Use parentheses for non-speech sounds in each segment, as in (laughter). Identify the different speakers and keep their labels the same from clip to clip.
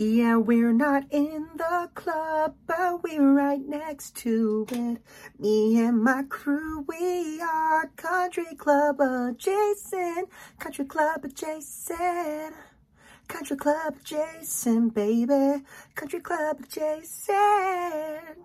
Speaker 1: Yeah, we're not in the club, but we're right next to it. Me and my crew, we are country club adjacent. Country club adjacent. Country club adjacent, baby. Country club adjacent.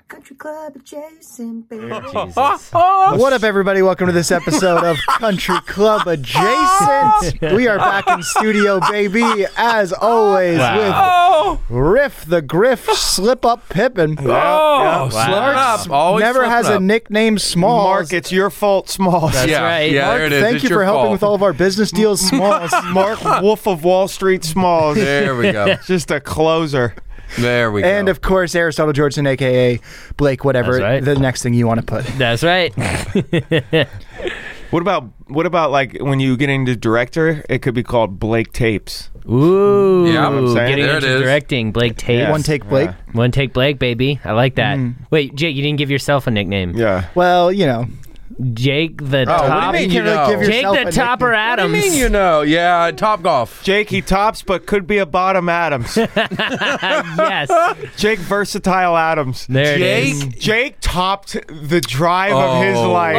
Speaker 1: Country club adjacent, baby.
Speaker 2: Jesus.
Speaker 3: What up, everybody? Welcome to this episode of Country Club Adjacent. We are back in studio, baby, as always,
Speaker 2: Oh,
Speaker 3: with Riff the Griff, Slip Up Pippin.
Speaker 2: oh, slurred up. Always
Speaker 3: Never
Speaker 2: slurping
Speaker 3: has a
Speaker 2: up.
Speaker 3: nickname Smalls.
Speaker 4: Mark, it's your fault, Smalls.
Speaker 2: That's
Speaker 4: yeah.
Speaker 2: right.
Speaker 4: Yeah,
Speaker 2: Mark,
Speaker 4: there it is.
Speaker 3: Thank
Speaker 4: It's
Speaker 3: you
Speaker 4: your
Speaker 3: for helping
Speaker 4: fault.
Speaker 3: with all of our business deals, Smalls.
Speaker 4: Mark Wolf of Wall Street Smalls.
Speaker 2: There we go.
Speaker 4: (laughs) Just a closer.
Speaker 2: There we go.
Speaker 3: and of course, Aristotle Georgeson, aka Blake, whatever
Speaker 5: That's right.
Speaker 3: the next thing you want to put.
Speaker 5: That's right.
Speaker 4: What about what about like when you get into director, it could be called Blake Tapes.
Speaker 5: Ooh,
Speaker 2: Yeah, I'm
Speaker 4: saying.
Speaker 5: getting
Speaker 2: There it
Speaker 5: into
Speaker 2: is.
Speaker 5: directing. Blake Tate.
Speaker 3: One take, Blake.
Speaker 5: One take, Blake, baby. I like that. Wait, Jake, you didn't give yourself a nickname.
Speaker 4: Yeah.
Speaker 3: Well, you know,
Speaker 5: Jake the
Speaker 2: what do you
Speaker 5: Top.
Speaker 2: mean?
Speaker 3: you can't
Speaker 2: know.
Speaker 3: really give
Speaker 2: Jake
Speaker 5: Jake
Speaker 3: yourself
Speaker 5: the
Speaker 3: a
Speaker 5: Topper
Speaker 3: nickname.
Speaker 2: What do you
Speaker 5: Adams.
Speaker 2: mean you know? Yeah, Top Golf.
Speaker 4: Jake, he tops, but could be a bottom (laughs) Adams.
Speaker 5: (laughs) yes.
Speaker 4: Jake Versatile Adams.
Speaker 5: There it is.
Speaker 2: Jake.
Speaker 4: Jake topped the drive of his
Speaker 2: Oh.
Speaker 4: life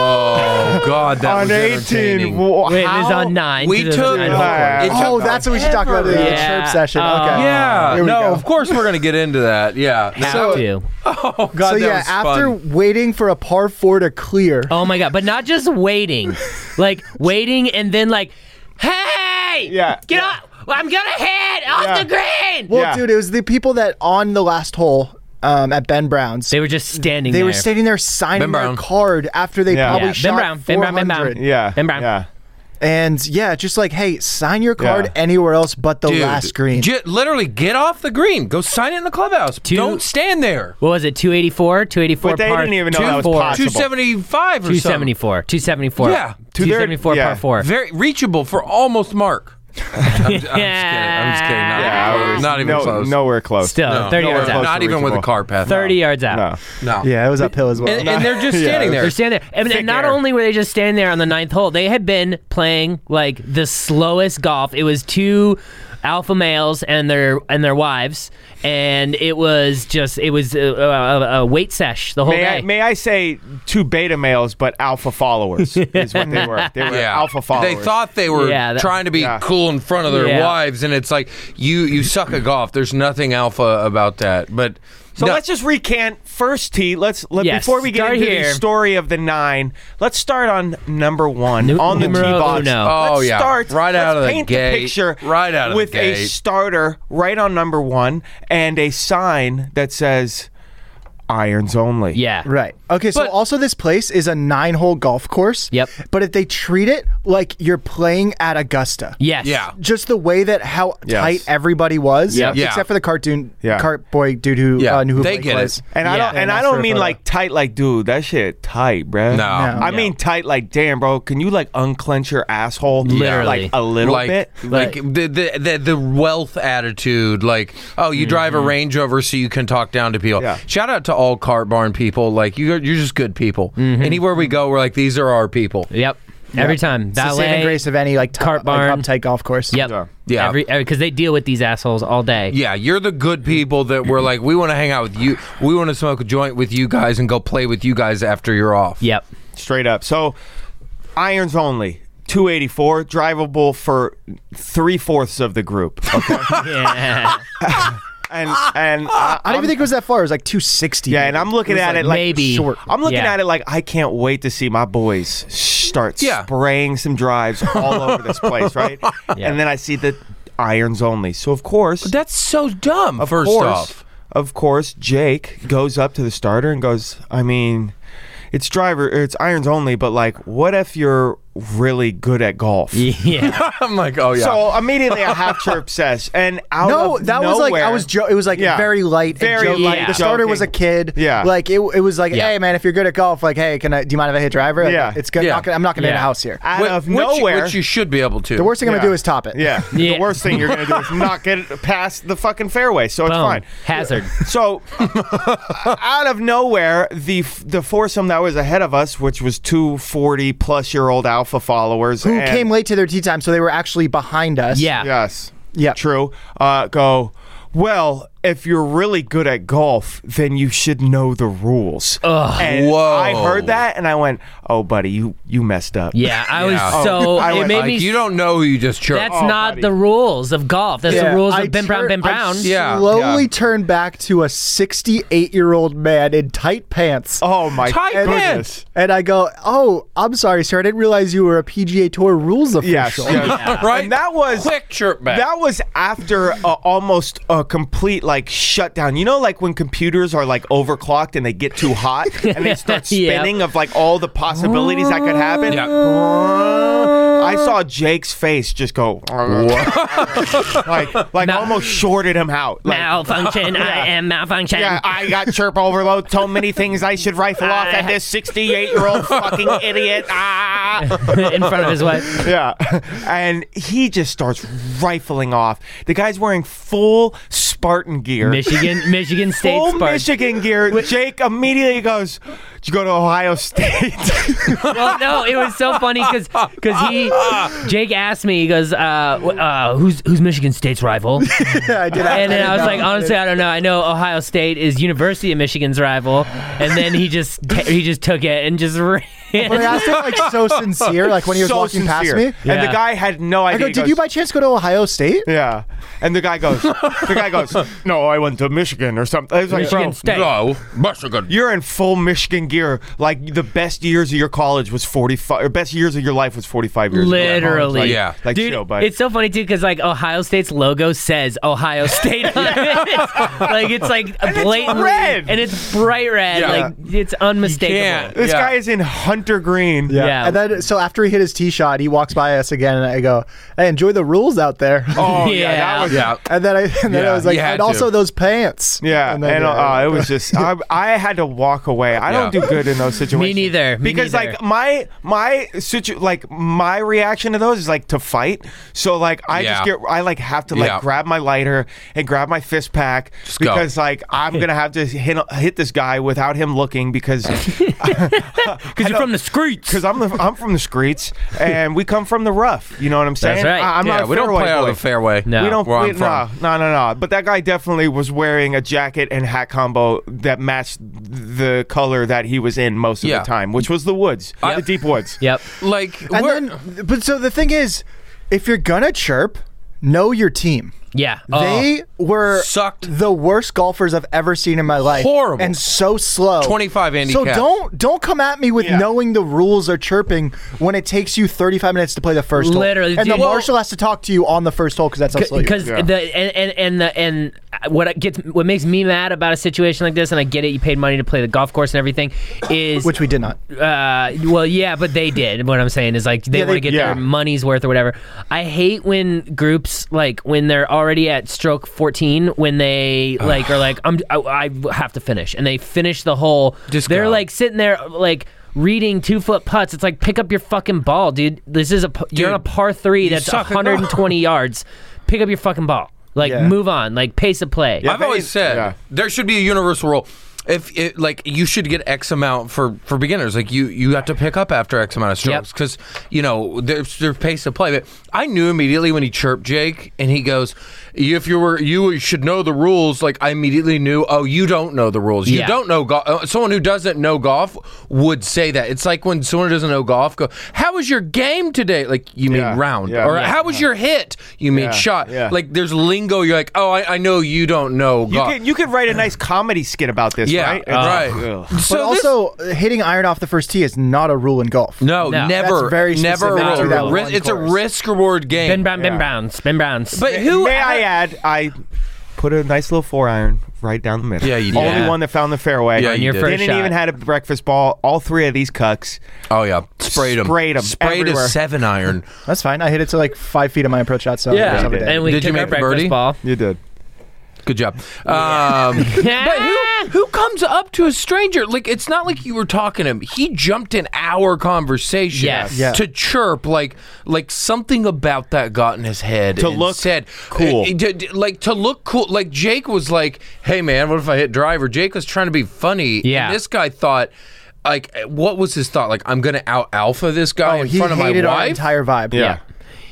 Speaker 2: Oh God, that
Speaker 4: on
Speaker 2: was
Speaker 4: 18.
Speaker 2: entertaining.
Speaker 4: Wow.
Speaker 5: Wait, this is on nine.
Speaker 2: We
Speaker 5: This is
Speaker 2: took-
Speaker 5: nine.
Speaker 4: Yeah.
Speaker 2: It took
Speaker 3: Oh, that's what we should talk about in the
Speaker 2: forever.
Speaker 5: Yeah.
Speaker 3: chirp session.
Speaker 5: Oh.
Speaker 3: okay.
Speaker 2: Yeah.
Speaker 3: Here we
Speaker 2: no,
Speaker 3: go.
Speaker 2: of course we're gonna get into that. Yeah.
Speaker 5: Have
Speaker 2: So-
Speaker 5: to.
Speaker 2: Oh God,
Speaker 3: so
Speaker 2: that
Speaker 3: yeah,
Speaker 2: was
Speaker 3: after
Speaker 2: fun.
Speaker 3: waiting for a par four to clear,
Speaker 5: Oh my god! But not just waiting, like waiting and then like, hey,
Speaker 4: Yeah,
Speaker 5: get
Speaker 4: yeah.
Speaker 5: up! I'm gonna hit off
Speaker 4: Yeah.
Speaker 5: the green.
Speaker 3: well,
Speaker 4: yeah.
Speaker 3: dude, it was the people that on the last hole um, at Ben Brown's.
Speaker 5: They were just standing.
Speaker 3: they
Speaker 5: there.
Speaker 3: were standing there signing
Speaker 2: Ben
Speaker 3: their
Speaker 2: Brown.
Speaker 3: card after they
Speaker 4: Yeah.
Speaker 3: probably
Speaker 5: Yeah, Ben
Speaker 3: shot
Speaker 5: Brown, Ben
Speaker 3: 400.
Speaker 5: Brown, Ben Brown.
Speaker 4: Yeah.
Speaker 5: Ben Brown.
Speaker 4: Yeah.
Speaker 3: And yeah, just like hey, sign your card
Speaker 4: Yeah.
Speaker 3: anywhere else but the
Speaker 2: Dude,
Speaker 3: last green.
Speaker 2: ju- literally, get off the green. Go sign it in the clubhouse. do Don't stand there.
Speaker 5: What was it? 284, 284
Speaker 4: But they
Speaker 5: par
Speaker 4: didn't even know
Speaker 5: two,
Speaker 4: that was
Speaker 5: four,
Speaker 4: possible.
Speaker 2: Two seventy five or something.
Speaker 5: 274, 274.
Speaker 2: Yeah, to their-
Speaker 5: 274
Speaker 4: yeah.
Speaker 5: par 4.
Speaker 2: Very reachable for almost Mark. (laughs) I'm just kidding. I'm just kidding. Not,
Speaker 5: Yeah.
Speaker 4: I was
Speaker 2: not even
Speaker 4: Ah. no-
Speaker 2: close.
Speaker 4: Nowhere close.
Speaker 5: Still,
Speaker 2: No,
Speaker 5: 30
Speaker 2: nowhere
Speaker 5: yards
Speaker 2: close
Speaker 5: out.
Speaker 2: Not
Speaker 4: to
Speaker 2: even with a
Speaker 4: reachable.
Speaker 2: car path.
Speaker 5: 30 yards out.
Speaker 4: No.
Speaker 2: No.
Speaker 3: yeah, it was uphill as well.
Speaker 2: And, and they're just
Speaker 4: Yeah,
Speaker 2: standing there.
Speaker 5: They're standing there. And, and
Speaker 2: Thick
Speaker 5: not
Speaker 2: air.
Speaker 5: only were they just standing there on the ninth hole, they had been playing like the slowest golf. It was two alpha males and their and their wives, and it was just it was a, a, a weight sesh the whole
Speaker 4: May
Speaker 5: day.
Speaker 4: I, may I say two beta males, but alpha followers is what they were. They were
Speaker 2: Yeah.
Speaker 4: alpha followers.
Speaker 2: They thought they were
Speaker 5: Yeah, that-
Speaker 2: trying to be
Speaker 4: Yeah.
Speaker 2: cool in front of their
Speaker 5: Yeah.
Speaker 2: wives, and it's like you you suck at golf. There's nothing alpha about that. But
Speaker 4: So
Speaker 2: no,
Speaker 4: let's just recant first, T. Let's let,
Speaker 5: Yes,
Speaker 4: before we get
Speaker 5: start
Speaker 4: into the
Speaker 5: here.
Speaker 4: story of the nine. Let's start on number one
Speaker 5: Nu-
Speaker 4: on the tee
Speaker 5: numero
Speaker 4: box.
Speaker 5: uno.
Speaker 2: Oh,
Speaker 4: let's
Speaker 2: yeah.
Speaker 4: start
Speaker 2: Right
Speaker 4: let's
Speaker 2: out of the
Speaker 4: paint
Speaker 2: gate.
Speaker 4: The picture
Speaker 2: Right out of the
Speaker 4: with a
Speaker 2: gate.
Speaker 4: starter right on number one and a sign that says irons only.
Speaker 5: yeah.
Speaker 3: (laughs) Right. Okay. So
Speaker 2: But-
Speaker 3: also, this place is a nine-hole golf course.
Speaker 5: Yep.
Speaker 3: But if they treat it like you're playing at Augusta,
Speaker 5: Yes.
Speaker 2: yeah.
Speaker 3: just the way that how
Speaker 4: Yes.
Speaker 3: tight everybody was,
Speaker 4: Yeah.
Speaker 2: Yeah.
Speaker 3: except for the cartoon
Speaker 4: Yeah.
Speaker 3: cart boy dude who
Speaker 2: Yeah,
Speaker 3: uh, knew who
Speaker 2: they
Speaker 3: Blake
Speaker 2: get it.
Speaker 3: was.
Speaker 4: And I
Speaker 5: Yeah.
Speaker 4: don't and
Speaker 3: Yeah,
Speaker 4: I
Speaker 3: that's
Speaker 4: don't
Speaker 3: their
Speaker 4: mean
Speaker 3: photo.
Speaker 4: like tight like dude that shit tight bruh.
Speaker 2: No.
Speaker 4: I mean tight like damn bro can you like unclench your asshole
Speaker 5: Literally.
Speaker 4: like a little
Speaker 2: like,
Speaker 4: bit
Speaker 2: Like, the, the the the wealth attitude, like oh, you drive a Range Rover so you can talk down to people.
Speaker 4: Yeah.
Speaker 2: Shout out to all cart barn people. Like you, you're just good people. Anywhere we go, we're like these are our people.
Speaker 5: Yep. Every time.
Speaker 3: It's the saving
Speaker 5: Valet,
Speaker 3: grace of any like, t-
Speaker 5: cart
Speaker 3: like
Speaker 5: barn.
Speaker 3: uptight golf course.
Speaker 5: Yep.
Speaker 4: Yeah.
Speaker 2: Yeah.
Speaker 5: Every because they deal with these assholes all day.
Speaker 2: Yeah, you're the good people that we're like we want to hang out with you. We want to smoke a joint with you guys and go play with you guys after you're off. (laughs)
Speaker 5: Yep.
Speaker 4: straight up. So irons only. 284 drivable for three fourths of the group,
Speaker 5: Yeah.
Speaker 4: and and uh,
Speaker 3: I don't even think it was that far. It was like 260.
Speaker 4: yeah, and I'm looking at it like
Speaker 5: maybe.
Speaker 4: short. I'm looking
Speaker 5: Yeah.
Speaker 4: at it like I can't wait to see my boys start
Speaker 2: Yeah.
Speaker 4: spraying some drives all over
Speaker 2: (laughs)
Speaker 4: this place, right? And then I see the irons only. So of course,
Speaker 2: That's so dumb.
Speaker 4: of
Speaker 2: first
Speaker 4: course,
Speaker 2: off,
Speaker 4: of course, Jake goes up to the starter and goes, I mean, it's driver, it's irons only, but like, what if you're really good at golf?
Speaker 5: yeah.
Speaker 2: (laughs) I'm like, oh yeah.
Speaker 4: So immediately a half chirp says, and out
Speaker 3: No,
Speaker 4: of
Speaker 3: that was like I
Speaker 4: nowhere-
Speaker 3: was. Jo- it was like
Speaker 4: Yeah.
Speaker 3: very light,
Speaker 4: Very
Speaker 3: and joking.
Speaker 4: light
Speaker 3: The starter was a
Speaker 4: joking.
Speaker 3: kid.
Speaker 4: Yeah.
Speaker 3: like it. It was like,
Speaker 5: Yeah.
Speaker 3: hey man, if you're good at golf, like hey, can I? Do you mind if I hit driver? Like,
Speaker 4: Yeah.
Speaker 3: it's good.
Speaker 2: Yeah.
Speaker 3: Not gonna, I'm not gonna hit a
Speaker 5: Yeah.
Speaker 3: house here.
Speaker 4: out
Speaker 2: Wh-
Speaker 4: of
Speaker 2: which-
Speaker 4: nowhere.
Speaker 2: which you should be able to.
Speaker 3: the worst thing I'm
Speaker 4: Yeah.
Speaker 3: gonna do is top
Speaker 4: (laughs)
Speaker 3: it. (laughs)
Speaker 4: yeah,
Speaker 5: Yeah.
Speaker 4: the worst thing you're gonna do is not get it past the fucking fairway, so it's
Speaker 5: Boom.
Speaker 4: fine.
Speaker 5: Hazard.
Speaker 4: So, (laughs) out of nowhere, the the foursome that was ahead of us, which was two forty plus year old alpha followers,
Speaker 3: Who
Speaker 4: and-
Speaker 3: came late to their tea time, so they were actually behind us.
Speaker 5: Yeah.
Speaker 4: Yes.
Speaker 3: Yeah.
Speaker 4: True. Uh, go. well, if you're really good at golf, then you should know the rules. Ugh. And
Speaker 2: Whoa.
Speaker 4: I heard that and I went, oh, buddy, you, you messed up.
Speaker 5: Yeah, I was
Speaker 2: Yeah.
Speaker 5: so.
Speaker 4: I
Speaker 5: it
Speaker 4: went
Speaker 5: made
Speaker 2: Like,
Speaker 5: me.
Speaker 2: you don't know who you just chirped.
Speaker 5: that's
Speaker 2: (laughs)
Speaker 5: not the rules of golf. That's the rules of Ben Brown. Ben Brown.
Speaker 3: I
Speaker 2: Yeah,
Speaker 3: slowly
Speaker 2: yeah.
Speaker 3: turned back to a 68 year old man in tight pants.
Speaker 4: (laughs) Oh, my
Speaker 2: Tight
Speaker 4: goodness.
Speaker 2: pants.
Speaker 3: And I go, oh, I'm sorry, sir. I didn't realize you were a PGA Tour rules official.
Speaker 4: Yes, yes.
Speaker 2: (laughs) right.
Speaker 4: And that was
Speaker 2: quick chirp back.
Speaker 4: That was after a, almost a complete like shutdown. You know, like when computers are like overclocked and they get too hot and they start
Speaker 5: Yeah.
Speaker 4: spinning of like all the possibilities that could happen.
Speaker 2: Yeah.
Speaker 4: I saw Jake's face just go (laughs) like like almost shorted him out. Like,
Speaker 5: (laughs) malfunction. I am malfunction.
Speaker 4: yeah, I got chirp overload. So many things I should rifle off at this 68 year old fucking idiot. Ah.
Speaker 5: (laughs) in front of
Speaker 4: (laughs)
Speaker 5: his wife.
Speaker 4: Yeah. And he just starts rifling off. The guy's wearing full Spartan gear.
Speaker 5: Michigan, Michigan State
Speaker 4: full
Speaker 5: Spartan.
Speaker 4: Michigan gear. Jake immediately goes, Did you go to Ohio State?
Speaker 5: well, no, it was so funny because he Jake asked me. He goes, uh, wh- uh, "Who's who's Michigan State's rival?"
Speaker 3: (laughs) Yeah, I did.
Speaker 5: And then I was like,
Speaker 3: know.
Speaker 5: honestly, I don't know. I know Ohio State is University of Michigan's rival, and then he just ta he just took it and just (laughs) ran.
Speaker 3: When I asked him, like,
Speaker 4: (laughs)
Speaker 3: so sincere, like (laughs) when he was
Speaker 4: so
Speaker 3: walking
Speaker 4: sincere.
Speaker 3: past me,
Speaker 4: And
Speaker 5: Yeah.
Speaker 4: the guy had no
Speaker 3: I
Speaker 4: idea.
Speaker 3: go,
Speaker 4: He
Speaker 3: did
Speaker 4: goes,
Speaker 3: you by chance go to Ohio State?
Speaker 4: Yeah. And the guy goes, The guy
Speaker 3: (laughs)
Speaker 4: goes, No, I went to Michigan or something. I was like,
Speaker 5: Michigan
Speaker 4: "Bro,
Speaker 5: State.
Speaker 2: No, Michigan.
Speaker 4: You're in full Michigan gear. Like the best years of your college was 45. Or best years of your life was 45 years. ago at college.
Speaker 5: Literally.
Speaker 4: Like-
Speaker 2: Yeah.
Speaker 4: Like
Speaker 5: Dude,
Speaker 4: chill, bud.
Speaker 5: it's so funny too because like Ohio State's logo says Ohio State
Speaker 4: (laughs)
Speaker 5: on it. like it's like
Speaker 4: it's
Speaker 5: blatantly
Speaker 4: red.
Speaker 5: and it's bright red.
Speaker 2: Yeah.
Speaker 5: Like it's unmistakable.
Speaker 2: can't.
Speaker 4: this
Speaker 2: (laughs) Yeah.
Speaker 4: guy is in Hunter Green.
Speaker 5: Yeah.
Speaker 3: And then, so after he hit his tee shot, he walks by us again, and I go, "Hey, enjoy the rules out there."
Speaker 4: Oh yeah,
Speaker 5: Yeah.
Speaker 4: that was
Speaker 2: Yeah.
Speaker 3: (laughs) and then I, and then
Speaker 2: Yeah,
Speaker 3: I was like,
Speaker 2: you had
Speaker 3: and also
Speaker 2: to.
Speaker 3: those pants.
Speaker 4: Yeah, and,
Speaker 3: then,
Speaker 4: uh, it was just I, I had to walk away. I don't
Speaker 2: Yeah.
Speaker 4: do good in those situations.
Speaker 5: neither, (laughs) me
Speaker 4: because
Speaker 5: neither.
Speaker 4: like my my situ like my reaction to those is like to fight. So like I just
Speaker 2: Yeah.
Speaker 4: get I like have to like
Speaker 2: Yeah.
Speaker 4: grab my lighter and grab my fist pack
Speaker 2: go.
Speaker 4: because like I'm gonna have to hit hit this guy without him looking
Speaker 2: (laughs)
Speaker 4: because
Speaker 5: Because you're from the streets.
Speaker 4: because I'm the, I'm from the streets and we come from the rough. You know what I'm saying?
Speaker 5: right.
Speaker 4: I, am
Speaker 2: yeah,
Speaker 4: not a
Speaker 2: we don't
Speaker 4: fairway
Speaker 2: play out of
Speaker 4: boy.
Speaker 2: the fairway.
Speaker 5: No.
Speaker 4: We don't.
Speaker 2: Where
Speaker 4: we,
Speaker 2: I'm from.
Speaker 4: No, no, no, no. But that guy definitely was wearing a jacket and hat combo that matched the color that he was in most of
Speaker 2: Yeah.
Speaker 4: the time, which was the woods, the deep woods.
Speaker 5: Yep.
Speaker 2: Like,
Speaker 3: And
Speaker 2: we're-
Speaker 3: then, but so the thing is, if you're gonna chirp, know your team.
Speaker 5: Yeah. Oh.
Speaker 3: They were
Speaker 2: Uh, Sucked.
Speaker 3: the worst golfers I've ever seen in my life.
Speaker 2: Horrible.
Speaker 3: and so slow.
Speaker 2: 25
Speaker 3: So
Speaker 2: handicap.
Speaker 3: don't don't come at me with
Speaker 4: Yeah.
Speaker 3: knowing the rules or chirping when it takes you 35 minutes to play the first hole.
Speaker 5: Literally,
Speaker 3: and the
Speaker 5: dude. Well-
Speaker 3: marshal has to talk to you on the first hole because that's how slow you. are.
Speaker 5: because Oh. the and, and and the and what it gets what makes me mad about a situation like this, and I get it, you paid money to play the golf course and everything, is
Speaker 3: Which we did not.
Speaker 5: uh, well, yeah, but they did. What I'm saying is like they
Speaker 3: Yeah,
Speaker 5: want
Speaker 3: they-
Speaker 5: to get
Speaker 4: yeah.
Speaker 5: their money's worth or whatever. I hate when groups like when they're already at stroke 14 when they like are like I'm I, I have to finish and they finish the hole.
Speaker 2: Just
Speaker 5: they're
Speaker 2: go.
Speaker 5: like sitting there like. Reading two foot putts, it's like pick up your fucking ball, dude. This is a p- you're on a
Speaker 2: Dude,
Speaker 5: par three that's
Speaker 2: suck at golf.
Speaker 5: 120 yards. Pick up your fucking ball, like
Speaker 3: Yeah.
Speaker 5: move on, like pace of play.
Speaker 2: I've always said
Speaker 4: yeah.
Speaker 2: there should be a universal rule. If it, like you should get X amount for for beginners, like you you have to pick up after X amount of strokes because you know there's there's pace of play. But I knew immediately when he chirped Jake and he goes, "If you were you should know the rules." Like I immediately knew, oh, you don't know the rules. You
Speaker 5: Yeah.
Speaker 2: don't know golf. Uh, someone who doesn't know golf would say that. It's like when someone who doesn't know golf go, "How was your game today?" Like you
Speaker 4: Yeah,
Speaker 2: mean round,
Speaker 4: yeah,
Speaker 2: or
Speaker 4: yeah.
Speaker 2: how was your hit? You mean
Speaker 4: Yeah,
Speaker 2: shot.
Speaker 4: yeah.
Speaker 2: Like there's lingo. You're like, oh, I, I know you don't know
Speaker 4: You
Speaker 2: golf.
Speaker 4: could you could write a nice comedy skit about this,
Speaker 2: Yeah,
Speaker 4: right?
Speaker 2: right.
Speaker 4: Ugh.
Speaker 2: so
Speaker 3: But
Speaker 2: this-
Speaker 3: also, uh, hitting iron off the first tee is not a rule in golf.
Speaker 2: no,
Speaker 5: No.
Speaker 2: never,
Speaker 3: That's very
Speaker 2: never.
Speaker 3: specific
Speaker 2: a
Speaker 3: to that
Speaker 2: rule. Ri-
Speaker 3: one
Speaker 2: it's a
Speaker 3: course.
Speaker 2: risk reward game.
Speaker 5: Ben Brown, Ben Browns, Ben Browns.
Speaker 2: but who?
Speaker 4: May I add, I put a nice little four iron right down the middle.
Speaker 2: Yeah, you did.
Speaker 4: Only
Speaker 5: Yeah.
Speaker 4: one that found the fairway.
Speaker 2: Yeah, On you your did.
Speaker 5: first
Speaker 4: didn't
Speaker 5: shot.
Speaker 4: even had a breakfast ball. All three of these cucks.
Speaker 2: oh yeah, sprayed him.
Speaker 4: Sprayed 'em
Speaker 2: Sprayed a
Speaker 4: everywhere.
Speaker 2: seven iron.
Speaker 3: That's fine. I hit it to like five feet of my approach shot. So
Speaker 5: yeah,
Speaker 4: we did.
Speaker 5: and we
Speaker 2: Did you
Speaker 5: took our
Speaker 2: make the
Speaker 5: breakfast
Speaker 2: birdie?
Speaker 5: ball.
Speaker 4: You did.
Speaker 2: Good job. Um,
Speaker 3: (laughs)
Speaker 2: but who who comes up to a stranger? Like it's not like you were talking to him. He jumped in our conversation
Speaker 5: Yes.
Speaker 3: Yeah.
Speaker 2: to chirp like like something about that got in his head.
Speaker 4: To
Speaker 2: and
Speaker 4: look
Speaker 2: said,
Speaker 4: cool.
Speaker 2: eh, eh, d- d- like to look cool. Like Jake was like, "Hey man, what if I hit driver?" Jake was trying to be funny.
Speaker 5: Yeah.
Speaker 2: And this guy thought. Like, eh, what was his thought? Like, I'm gonna out alpha this guy
Speaker 3: Oh,
Speaker 2: in
Speaker 3: he
Speaker 2: front of my
Speaker 3: hated our
Speaker 2: wife.
Speaker 3: entire vibe.
Speaker 4: Yeah.
Speaker 5: (laughs)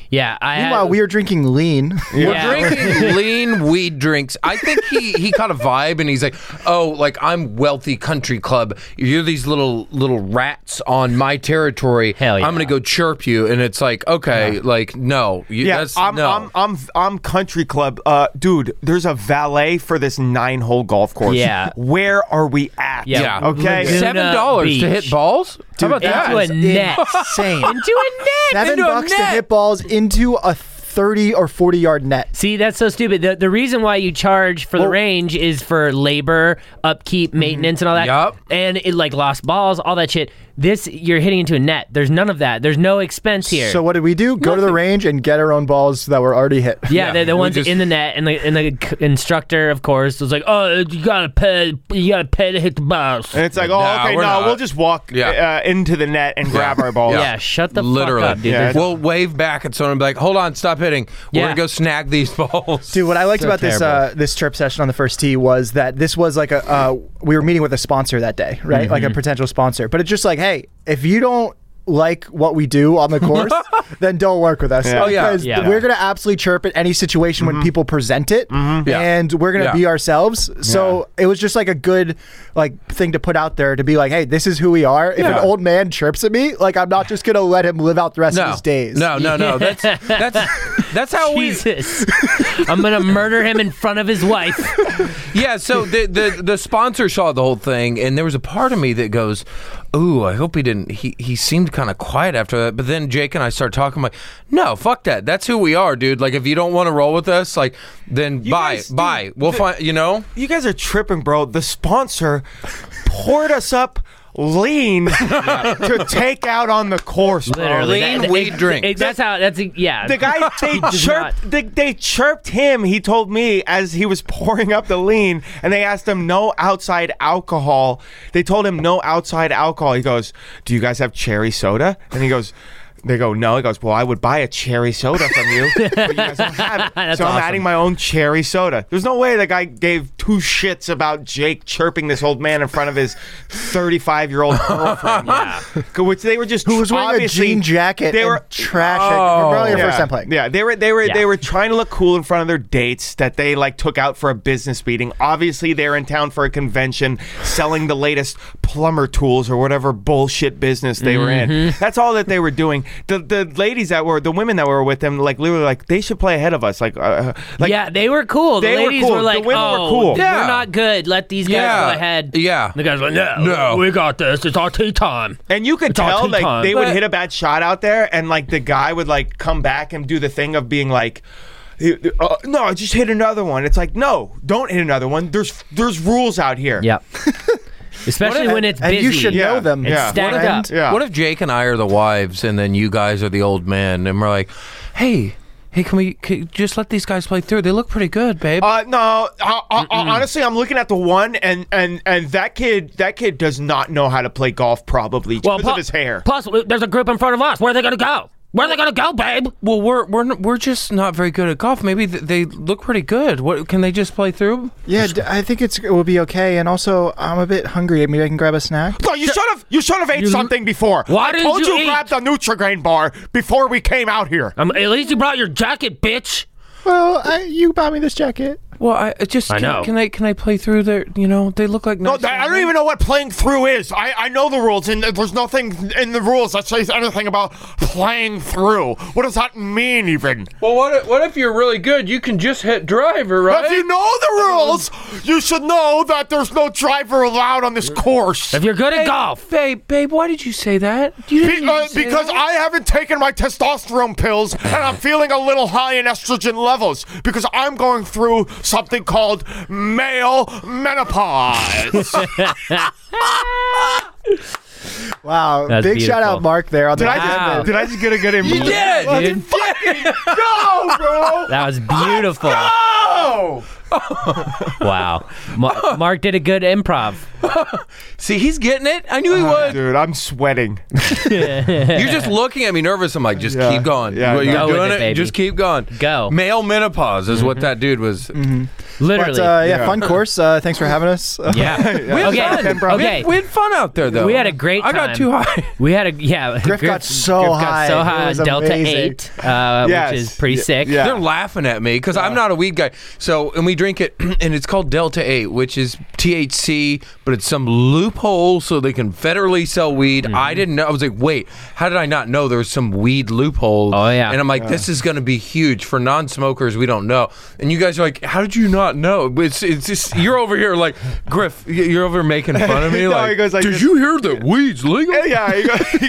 Speaker 5: Yeah, I had-
Speaker 3: Meanwhile, we are drinking lean.
Speaker 5: Yeah.
Speaker 2: We're
Speaker 5: (laughs)
Speaker 2: drinking lean weed drinks. I think he he caught a vibe and he's like, "Oh, like I'm wealthy country club. You're these little little rats on my territory.
Speaker 5: Hell yeah.
Speaker 2: I'm gonna go chirp you." And it's like, okay, like no, you,
Speaker 4: Yeah,
Speaker 2: that's,
Speaker 4: I'm,
Speaker 2: no.
Speaker 4: I'm, I'm, I'm country club. Uh, dude, there's a valet for this nine hole golf course.
Speaker 5: Yeah.
Speaker 4: Where are we at?
Speaker 5: Yeah.
Speaker 2: yeah,
Speaker 4: Okay.
Speaker 5: Laguna
Speaker 2: seven dollars to
Speaker 5: Beach.
Speaker 2: hit balls. How about that?
Speaker 5: into a net.
Speaker 3: (laughs) Insane.
Speaker 5: into a net.
Speaker 3: Seven
Speaker 2: into a
Speaker 3: bucks to
Speaker 2: net.
Speaker 3: hit balls into a 30 or 40 yard net.
Speaker 5: See, that's so stupid. The, the reason why you charge for the range is for labor, upkeep, maintenance, and all that.
Speaker 2: Yup.
Speaker 5: And it like lost balls, all that shit. This you're hitting into a net. There's none of that. There's no expense here.
Speaker 3: So what did we do? Go to the range and get our own balls that were already hit.
Speaker 5: yeah,
Speaker 2: Yeah,
Speaker 5: the, the
Speaker 2: we
Speaker 5: ones
Speaker 2: just-
Speaker 5: in the net, and the and the c- instructor, of course, was like, "Oh, you gotta pay, you gotta pay to hit the balls."
Speaker 4: And it's like, oh,
Speaker 2: Nah,
Speaker 4: okay, no,
Speaker 2: we're not.
Speaker 4: we'll just walk
Speaker 2: Yeah.
Speaker 4: uh, into the net and grab our balls.
Speaker 5: Yeah, shut the
Speaker 2: Literally,
Speaker 5: fuck up, dude.
Speaker 4: Yeah.
Speaker 5: There's-
Speaker 2: we'll wave back at someone and be like, "Hold on, stop hitting. We're
Speaker 5: Yeah.
Speaker 2: gonna go snag these (laughs) balls."
Speaker 3: Dude, what I liked
Speaker 4: So
Speaker 3: about this uh,
Speaker 4: terrible.
Speaker 3: this chirp session on the first tee was that this was like a uh, we were meeting with a sponsor that day, right? Like
Speaker 2: Mm-hmm.
Speaker 3: a potential sponsor. But it's just like, hey, if you don't like what we do on the
Speaker 2: (laughs)
Speaker 3: course, then don't work with us.
Speaker 4: Yeah. Oh,
Speaker 2: yeah. Mm-hmm.
Speaker 3: Because
Speaker 5: Yeah.
Speaker 3: we're gonna absolutely chirp at any situation when people present it,
Speaker 2: Yeah.
Speaker 3: and we're gonna
Speaker 2: Yeah.
Speaker 3: be ourselves. So it was just like a good like thing to put out there to be like, hey, this is who we are. If
Speaker 2: Yeah.
Speaker 3: an old man chirps at me, like I'm not just gonna let him live out the rest of
Speaker 2: no,
Speaker 3: his days.
Speaker 2: no, no,
Speaker 5: (laughs)
Speaker 2: no. That's that's that's how we
Speaker 5: Jesus, I'm gonna murder him in front of his wife.
Speaker 2: Yeah, so the, the the sponsor saw the whole thing, and there was a part of me that goes, "Ooh, I hope he didn't." He he seemed kind of quiet after that, but then Jake and I start talking. I'm like, no, fuck that. That's who we are, dude. Like, if you don't want to roll with us, like, then bye,
Speaker 4: guys-
Speaker 2: bye.
Speaker 4: dude,
Speaker 2: we'll
Speaker 4: the-
Speaker 2: find. You know,
Speaker 4: You guys are tripping, bro. The sponsor poured us up
Speaker 5: (laughs)
Speaker 4: lean to take out on the course, bro.
Speaker 5: Literally,
Speaker 2: Lean
Speaker 5: that-
Speaker 2: weed drink.
Speaker 5: it- that's how. That's yeah.
Speaker 4: The
Speaker 5: (laughs)
Speaker 4: guy they
Speaker 5: does
Speaker 4: chirped. They, they chirped him. He told me as he was (laughs) pouring up the lean, and they asked him no outside alcohol. They told him no outside alcohol. He goes, "Do you guys have cherry soda?" And he goes. They go no. He goes. Well, I would buy a cherry soda from you, but you guys don't have
Speaker 5: (laughs)
Speaker 4: it.
Speaker 5: That's
Speaker 4: so I'm
Speaker 5: awesome.
Speaker 4: adding my own cherry soda. There's no way that guy gave two shits about Jake chirping this old man in front of his 35 year
Speaker 5: (laughs)
Speaker 4: old girlfriend, which they were just
Speaker 3: Who was wearing a
Speaker 4: obviously-
Speaker 3: jean jacket
Speaker 4: They
Speaker 3: and
Speaker 4: were
Speaker 3: trashing.
Speaker 2: Oh.
Speaker 3: probably your
Speaker 4: yeah.
Speaker 3: first time playing.
Speaker 4: Yeah, they were they were
Speaker 5: Yeah.
Speaker 4: they were trying to look cool in front of their dates that they like took out for a business meeting. Obviously, they're in town for a convention, selling the latest plumber tools or whatever bullshit business they were in.
Speaker 5: Mm-hmm.
Speaker 4: That's all that they were doing. The the ladies that were the women that were with them, like literally, like they should play ahead of us. Like, uh, like
Speaker 5: yeah, they were cool. The
Speaker 4: They were
Speaker 5: ladies
Speaker 4: cool.
Speaker 5: were like,
Speaker 4: The women were
Speaker 5: "Oh,
Speaker 4: cool."
Speaker 2: Yeah.
Speaker 5: we're not good. Let these guys
Speaker 2: Yeah.
Speaker 5: go ahead."
Speaker 2: Yeah.
Speaker 5: The guys were like, "No,
Speaker 2: No.
Speaker 5: we got this. It's our tea time."
Speaker 4: And you could
Speaker 5: all
Speaker 4: tell
Speaker 5: tea
Speaker 4: like
Speaker 5: time.
Speaker 4: they would
Speaker 2: But-
Speaker 4: hit a bad shot out there, and like the guy would like come back and do the thing of being like. Uh, no, I just hit another one. It's like no, don't hit another one. There's there's rules out here. (laughs)
Speaker 5: Yep. Especially when it's
Speaker 3: and
Speaker 5: busy.
Speaker 3: you should
Speaker 4: Yeah.
Speaker 3: know them.
Speaker 4: It's Yeah.
Speaker 5: stacked
Speaker 3: friend.
Speaker 5: up.
Speaker 4: Yeah.
Speaker 2: what if Jake and I are the wives, and then you guys are the old men, and we're like, hey. Hey, can we can just let these guys play through? They look pretty good, babe.
Speaker 4: Uh, no, I, I, I- honestly, I'm looking at the one, and and and that kid, that kid does not know how to play golf, probably because
Speaker 5: plu-
Speaker 4: of his hair.
Speaker 5: Plus, we- there's a group in front of us. Where are they gonna go? Where are they gonna go, babe?
Speaker 2: well, we're we're n- we're just not very good at golf. Maybe th- they look pretty good. What can they just play through?
Speaker 3: Yeah, d- I think it's it will be okay. And also, I'm a bit hungry. Maybe I can grab a snack.
Speaker 4: No, you should have you should have ate something before.
Speaker 5: Why
Speaker 4: I
Speaker 5: didn't
Speaker 4: told
Speaker 5: you
Speaker 4: you,
Speaker 5: eat?
Speaker 4: grab the Nutrigrain bar before we came out here.
Speaker 5: Um, at least you brought your jacket, bitch.
Speaker 3: Well, I, you bought me this jacket.
Speaker 2: Well, I I just
Speaker 5: I
Speaker 2: can,
Speaker 5: know.
Speaker 2: can I can I play through their you know they look like
Speaker 4: No,
Speaker 2: nice
Speaker 4: th- I don't
Speaker 2: gentlemen.
Speaker 4: even know what playing through is. I, I know the rules, and there's nothing in the rules that says anything about playing through. What does that mean, even?
Speaker 2: Well, what if, what if you're really good? You can just hit driver, right?
Speaker 4: If you know the rules, you should know that there's no driver allowed on this course.
Speaker 5: If you're good at golf,
Speaker 2: babe, babe, why did you say that? You
Speaker 4: Be-
Speaker 2: didn't need to
Speaker 4: uh,
Speaker 2: say
Speaker 4: because
Speaker 2: that.
Speaker 4: I haven't taken my testosterone pills and I'm feeling a little high in estrogen levels because I'm going through something called male
Speaker 5: (laughs)
Speaker 4: menopause.
Speaker 3: Wow,
Speaker 5: That's
Speaker 3: big shout
Speaker 5: beautiful.
Speaker 3: out, Mark, there on
Speaker 4: did,
Speaker 3: the
Speaker 4: I just,
Speaker 5: Wow.
Speaker 4: did I just get a good impression?
Speaker 2: You did,
Speaker 5: dude.
Speaker 4: Fucking go, bro!
Speaker 5: That was beautiful.
Speaker 4: Go!
Speaker 5: wow. Ma- Mark did a good improv.
Speaker 2: See, he's getting it. I knew he
Speaker 4: Uh-huh.
Speaker 2: would.
Speaker 6: Dude, I'm sweating.
Speaker 2: You're just looking at me nervous. I'm like, just
Speaker 6: Yeah.
Speaker 2: keep going.
Speaker 6: Yeah,
Speaker 2: Well,
Speaker 6: no.
Speaker 2: You're
Speaker 5: Go with
Speaker 2: doing
Speaker 5: it,
Speaker 2: it.
Speaker 5: baby.
Speaker 2: Just keep going.
Speaker 5: Go.
Speaker 2: Male menopause is what that dude was.
Speaker 5: Literally.
Speaker 3: But uh, yeah, fun course. Uh, thanks for
Speaker 4: (laughs)
Speaker 3: having us.
Speaker 5: yeah.
Speaker 2: We
Speaker 5: Okay.
Speaker 2: had fun.
Speaker 5: Okay.
Speaker 2: We had, we had fun out there, though.
Speaker 5: We had a great
Speaker 2: I got
Speaker 5: time.
Speaker 2: too high.
Speaker 5: We had a yeah. (laughs)
Speaker 3: Griff got so high.
Speaker 5: so
Speaker 3: It
Speaker 5: high on
Speaker 3: was
Speaker 5: Delta
Speaker 3: amazing.
Speaker 5: Eight, uh,
Speaker 6: Yes.
Speaker 5: which is pretty
Speaker 6: Yeah,
Speaker 5: sick.
Speaker 6: yeah.
Speaker 2: They're laughing at me because I'm not a weed guy. So, and we drink it, (clears throat) and it's called Delta 8, which is THC, but it's some loophole so they can federally sell weed.
Speaker 6: Mm-hmm.
Speaker 2: I didn't know. I was like, wait, how did I not know there was some weed loophole?
Speaker 5: Oh, yeah.
Speaker 2: And I'm like, this is going to be huge for non smokers. We don't know. And you guys are like, how did you not know? It's, it's just, you're over here like, Griff, y- you're over making fun of me.
Speaker 6: (laughs) No,
Speaker 2: like,
Speaker 6: he goes like
Speaker 2: did
Speaker 6: this.
Speaker 2: you hear that weed's legal?
Speaker 6: Yeah, yeah. He goes, he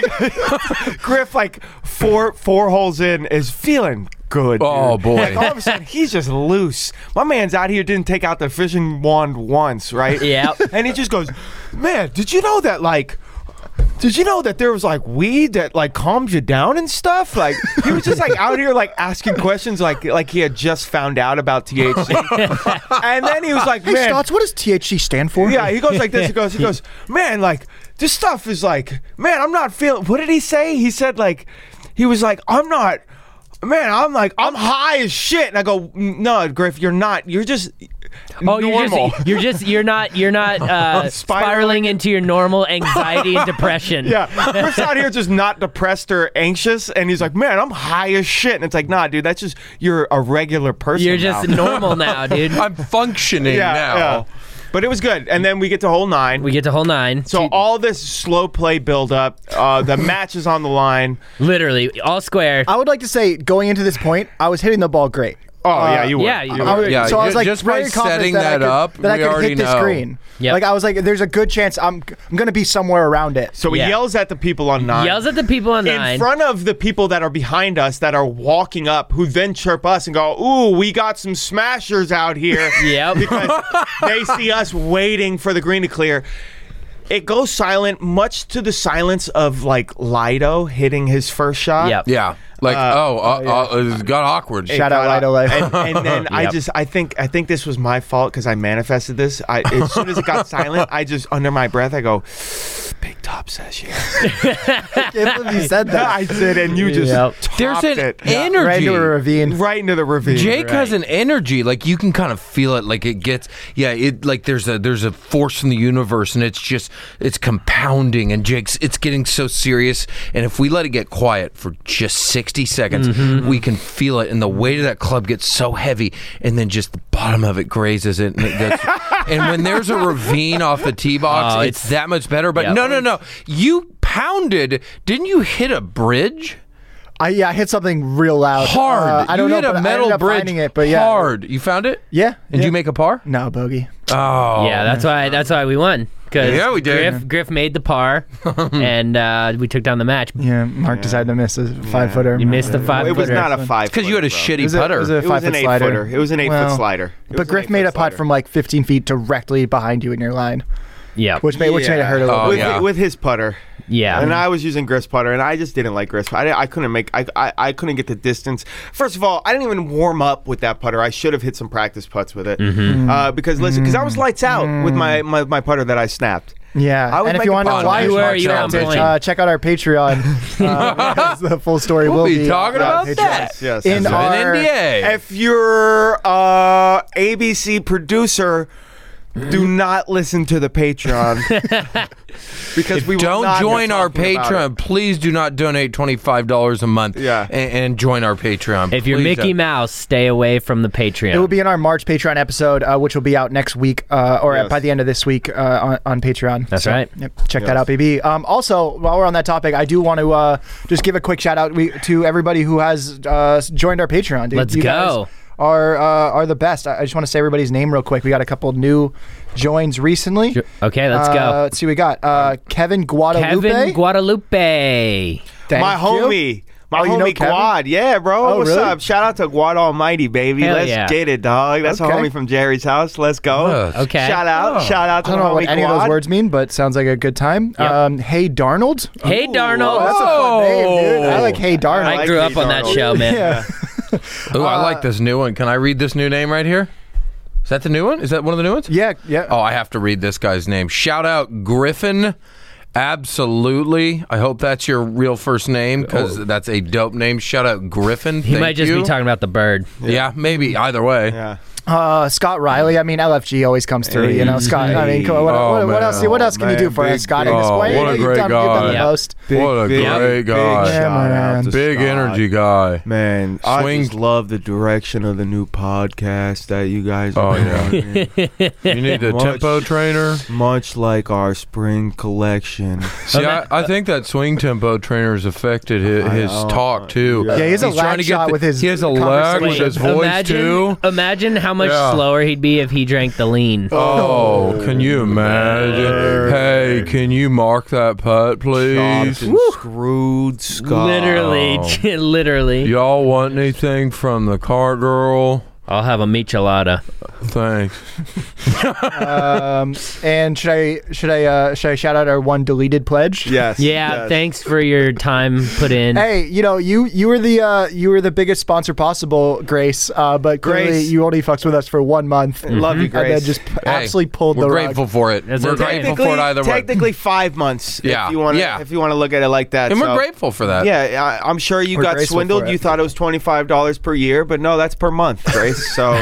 Speaker 4: (laughs)
Speaker 6: goes- Griff, like four four holes in, is feeling good.
Speaker 2: Oh,
Speaker 6: dude.
Speaker 2: boy.
Speaker 6: Like (laughs) all of a sudden, he's just loose. My man's out here didn't take out the fishing wand once, right?
Speaker 5: Yep.
Speaker 6: And he just goes, man, did you know that like. Did you know that there was like weed that like calms you down and stuff? Like he was just like out here like asking questions like like he had just found out about THC, and then he was like,
Speaker 3: Hey,
Speaker 6: "Man,
Speaker 3: Stotts, what does THC stand for?
Speaker 6: yeah, he goes
Speaker 5: (laughs)
Speaker 6: like this. He goes, he goes, man, like this stuff is like, man, I'm not feeling. What did he say? He said like, he was like, I'm not. Man, I'm like I'm high as shit, and I go, no, Griff, you're not. You're just
Speaker 5: (laughs) Oh,
Speaker 6: normal.
Speaker 5: (laughs) you're just you're just you're not you're
Speaker 6: (laughs)
Speaker 5: not uh,
Speaker 6: Spiraling.
Speaker 5: spiraling into your normal anxiety
Speaker 6: (laughs)
Speaker 5: and depression.
Speaker 6: yeah, Griff's out here just not depressed or anxious, and he's like, man, I'm high as shit, and it's like, nah, dude, that's just you're a regular person.
Speaker 5: You're just
Speaker 6: now.
Speaker 5: normal
Speaker 6: (laughs)
Speaker 5: now, dude.
Speaker 2: I'm functioning
Speaker 6: yeah,
Speaker 2: now.
Speaker 6: yeah. But it was good, and then we get to whole nine.
Speaker 5: We get to whole nine.
Speaker 6: so all this slow play build up, uh, the match is on the line.
Speaker 5: literally all square.
Speaker 3: I would like to say, going into this point, I was hitting the ball great.
Speaker 6: Oh yeah, you were.
Speaker 5: yeah, you-
Speaker 3: I would-
Speaker 2: Yeah,
Speaker 3: so I was
Speaker 2: ju-
Speaker 3: like
Speaker 2: just
Speaker 3: very
Speaker 2: by
Speaker 3: confident
Speaker 2: setting
Speaker 3: that, I
Speaker 2: that
Speaker 3: could,
Speaker 2: up,
Speaker 3: that I
Speaker 2: we
Speaker 3: could
Speaker 2: already
Speaker 3: hit this
Speaker 2: know.
Speaker 3: green.
Speaker 5: Yep.
Speaker 3: Like I was like, there's a good chance I'm I'm gonna be somewhere around it.
Speaker 6: So he
Speaker 5: Yeah.
Speaker 6: yells at the people on nine.
Speaker 5: Yells at the people on
Speaker 6: in
Speaker 5: nine.
Speaker 6: front of the people that are behind us that are walking up, who then chirp us and go, "Ooh, we got some smashers out here."
Speaker 5: Yep.
Speaker 6: because they see us waiting for the green to clear. It goes silent, much to the silence of like Lido hitting his first shot.
Speaker 5: (laughs) Yep.
Speaker 2: Yeah. Like, oh, uh, uh, it got awkward.
Speaker 3: Shout out Lido Life. (laughs)
Speaker 6: And, and then I
Speaker 5: Yep.
Speaker 6: just I think I think this was my fault because I manifested this. I,
Speaker 3: (laughs)
Speaker 6: as soon as it got silent, I just under my breath I go, "Big top says yeah."
Speaker 3: I can't believe you said that.
Speaker 6: (laughs) I did, and you just
Speaker 5: Yep.
Speaker 2: There's
Speaker 6: topped
Speaker 2: an
Speaker 6: it.
Speaker 2: energy.
Speaker 3: Right into a ravine.
Speaker 6: right into the ravine.
Speaker 2: Jake has an energy like you can kind of feel it like it gets yeah it like there's a there's a force in the universe and it's just it's compounding and Jake's it's getting so serious and if we let it get quiet for just 60 seconds we can feel it and the weight of that club gets so heavy and then just the bottom of it grazes it and it gets and when there's a ravine off the tee box
Speaker 5: Oh,
Speaker 2: it's,
Speaker 5: it's-
Speaker 2: that much better but
Speaker 5: Yeah.
Speaker 2: no no no you pounded didn't you hit a bridge
Speaker 3: I, yeah, I hit something real loud. Uh,
Speaker 2: hard.
Speaker 3: I don't
Speaker 2: you
Speaker 3: know. but
Speaker 2: hit a
Speaker 3: I ended
Speaker 2: metal
Speaker 3: up
Speaker 2: bridge.
Speaker 3: finding it, but yeah,
Speaker 2: hard. You found it.
Speaker 3: Yeah,
Speaker 2: And
Speaker 3: yeah.
Speaker 2: you make a par.
Speaker 3: No bogey.
Speaker 2: Oh.
Speaker 5: Yeah, that's why that's why we won. Cause
Speaker 2: Yeah, we did.
Speaker 5: Griff, Griff made the
Speaker 2: (laughs)
Speaker 5: par, and uh, we took down the match.
Speaker 3: Yeah, Mark decided to miss a five footer.
Speaker 5: You missed the five.
Speaker 6: It was not a five.
Speaker 2: Because you had a
Speaker 6: footer,
Speaker 2: shitty
Speaker 3: It was a-
Speaker 2: putter.
Speaker 3: it was a
Speaker 6: bro. It was
Speaker 3: five
Speaker 6: an
Speaker 3: foot
Speaker 6: eight
Speaker 3: slider.
Speaker 6: footer. It was an eight
Speaker 3: Well,
Speaker 6: foot slider. It was
Speaker 3: But
Speaker 6: an
Speaker 3: Griff
Speaker 6: eight-foot
Speaker 3: made a putt
Speaker 6: slider.
Speaker 3: from like 15 feet directly behind you in your line,
Speaker 5: Yeah,
Speaker 3: which made which made it hurt a little.
Speaker 2: Oh,
Speaker 6: with,
Speaker 3: bit.
Speaker 2: yeah.
Speaker 6: with his putter.
Speaker 5: yeah.
Speaker 6: And I was using Griff's putter, and I just didn't like Griff's. I, I couldn't make. I, I I couldn't get the distance. First of all, I didn't even warm up with that putter. I should have hit some practice putts with it.
Speaker 2: Mm-hmm.
Speaker 6: Uh, because listen, because I was lights out with my, my my putter that I snapped.
Speaker 3: Yeah,
Speaker 6: I would
Speaker 3: and if
Speaker 6: make
Speaker 3: you
Speaker 6: a
Speaker 3: want to
Speaker 6: putt.
Speaker 3: know why
Speaker 5: You were- you were
Speaker 3: snapped
Speaker 5: on
Speaker 3: it,
Speaker 5: point.
Speaker 3: uh, check out our Patreon. Uh, because the full story will
Speaker 2: We'll be
Speaker 3: be uh,
Speaker 2: talking
Speaker 3: on
Speaker 2: about
Speaker 3: Patreon.
Speaker 2: that.
Speaker 6: Yes.
Speaker 3: In
Speaker 2: An
Speaker 3: our,
Speaker 2: NDA.
Speaker 6: If you're uh ABC producer, do not listen to the Patreon because we will
Speaker 2: don't
Speaker 6: not hear
Speaker 2: join our
Speaker 6: talking about it.
Speaker 2: Patreon. Please do not donate twenty five dollars a month.
Speaker 6: Yeah.
Speaker 2: a- And, join our Patreon.
Speaker 5: if you're
Speaker 2: Please uh,
Speaker 5: Mickey
Speaker 2: don't.
Speaker 5: Mouse, stay away from the Patreon.
Speaker 3: It will be in our March Patreon episode, uh, which will be out next week uh, or
Speaker 6: Yes.
Speaker 3: by the end of this week uh, on, on Patreon.
Speaker 5: That's right.
Speaker 3: Yep, check that out, baby. Um, also, while we're on that topic, I do want to uh, just give a quick shout out we, to everybody who has uh, joined our Patreon. Dude,
Speaker 5: Let's
Speaker 3: You guys
Speaker 5: go.
Speaker 3: Are uh, are the best. I, I just want to say everybody's name real quick. We got a couple new joins recently.
Speaker 5: okay, let's
Speaker 3: Uh,
Speaker 5: go.
Speaker 3: let's see, we got uh, Kevin Guadalupe.
Speaker 5: Kevin Guadalupe.
Speaker 3: Thank
Speaker 6: my
Speaker 3: you.
Speaker 6: homie. My
Speaker 3: Oh,
Speaker 6: homie
Speaker 3: you know Kevin?
Speaker 6: Quad, yeah, bro.
Speaker 3: Oh,
Speaker 6: What's
Speaker 3: really?
Speaker 6: up? Shout out to Quad Almighty, baby.
Speaker 5: Hell
Speaker 6: Let's
Speaker 5: yeah.
Speaker 6: get it, dog. That's
Speaker 3: Okay.
Speaker 6: a homie from Jerry's house. Let's go.
Speaker 2: Oh,
Speaker 5: okay.
Speaker 6: Shout out, shout out to
Speaker 3: I don't
Speaker 6: my
Speaker 3: know
Speaker 6: homie
Speaker 3: what any of
Speaker 6: Quad.
Speaker 3: those words mean, but sounds like a good time. Um, hey Darnold.
Speaker 5: Hey,
Speaker 3: Oh,
Speaker 5: Darnold.
Speaker 3: that's a fun name, dude. I like Hey Darnold.
Speaker 5: I
Speaker 6: like
Speaker 5: grew
Speaker 6: Hey
Speaker 5: up on that
Speaker 6: Darnold.
Speaker 5: show,
Speaker 3: (laughs)
Speaker 5: man.
Speaker 3: yeah.
Speaker 2: uh, Ooh, I like this new one. Can I read this new name right here? Is that the new one? Is that one of the new ones?
Speaker 3: Yeah, yeah.
Speaker 2: Oh, I have to read this guy's name. Shout out Griffin. Absolutely. I hope that's your real first name because that's a dope name. Shout out Griffin.
Speaker 5: Oh. He might just be talking about the bird.
Speaker 2: Yeah. maybe either way.
Speaker 6: Yeah.
Speaker 3: Uh, Scott Riley. I mean, LFG always comes through. You know, Scott. I mean, come on, what,
Speaker 2: Oh,
Speaker 3: what, what
Speaker 2: man.
Speaker 3: else? What else can you do
Speaker 6: Man,
Speaker 3: for
Speaker 6: big-
Speaker 3: us, Scott?
Speaker 6: big-
Speaker 3: in this
Speaker 2: Oh,
Speaker 3: way,
Speaker 2: what a
Speaker 3: You've
Speaker 2: great
Speaker 3: done, you've done the
Speaker 2: guy.
Speaker 3: most.
Speaker 2: What a great guy.
Speaker 6: Big,
Speaker 2: Yeah,
Speaker 6: shout
Speaker 3: man.
Speaker 6: out to
Speaker 2: Big
Speaker 6: Scott.
Speaker 2: energy guy.
Speaker 6: Man, I
Speaker 2: Swing-
Speaker 6: just love the direction of the new podcast that you guys
Speaker 2: Oh,
Speaker 6: are
Speaker 2: yeah.
Speaker 6: doing.
Speaker 2: You need a
Speaker 6: Much.
Speaker 2: tempo trainer.
Speaker 6: Much like our spring collection.
Speaker 2: See, I, I think that swing tempo trainer has affected his, his
Speaker 6: know.
Speaker 2: talk too.
Speaker 6: Yeah.
Speaker 3: Yeah, he has a
Speaker 2: trying
Speaker 3: lag
Speaker 2: to get
Speaker 3: shot
Speaker 2: the-
Speaker 3: with his
Speaker 2: He has a lag with
Speaker 3: conversation.
Speaker 2: his voice
Speaker 5: imagine,
Speaker 2: too.
Speaker 5: imagine how much
Speaker 2: Yeah.
Speaker 5: slower he'd be if he drank the lean.
Speaker 2: Oh, can you imagine? Hey, can you mark that putt,
Speaker 6: Chopped
Speaker 2: please?
Speaker 6: and screwed Scott.
Speaker 5: literally, (laughs) literally.
Speaker 2: Y'all want anything from the car girl?
Speaker 5: I'll have a michelada.
Speaker 2: Thanks.
Speaker 3: Um, and should I should I uh, should I shout out our one deleted pledge?
Speaker 6: Yes.
Speaker 5: Yeah,
Speaker 6: yes.
Speaker 5: thanks for your time put in.
Speaker 3: Hey, you know you you were the uh, you were the biggest sponsor possible, Grace. Uh, but clearly
Speaker 6: Grace.
Speaker 3: you only fucks with us for one month.
Speaker 6: Love you,
Speaker 3: And then
Speaker 6: Grace.
Speaker 3: just p-
Speaker 2: Hey,
Speaker 3: absolutely pulled
Speaker 2: We're
Speaker 3: the
Speaker 2: grateful
Speaker 3: rug.
Speaker 2: for it. We're
Speaker 5: That's okay.
Speaker 2: grateful for it either way.
Speaker 6: technically five months.
Speaker 2: Yeah,
Speaker 6: If you want to,
Speaker 2: yeah.
Speaker 6: if you want to look at it like that,
Speaker 2: And we're
Speaker 6: so-
Speaker 2: grateful for that.
Speaker 6: Yeah, I, I'm sure you
Speaker 3: We're
Speaker 6: got
Speaker 3: grateful for
Speaker 6: swindled.
Speaker 3: it.
Speaker 6: You thought it was twenty five dollars per year, but no, that's per month, Grace.
Speaker 3: (laughs)
Speaker 6: So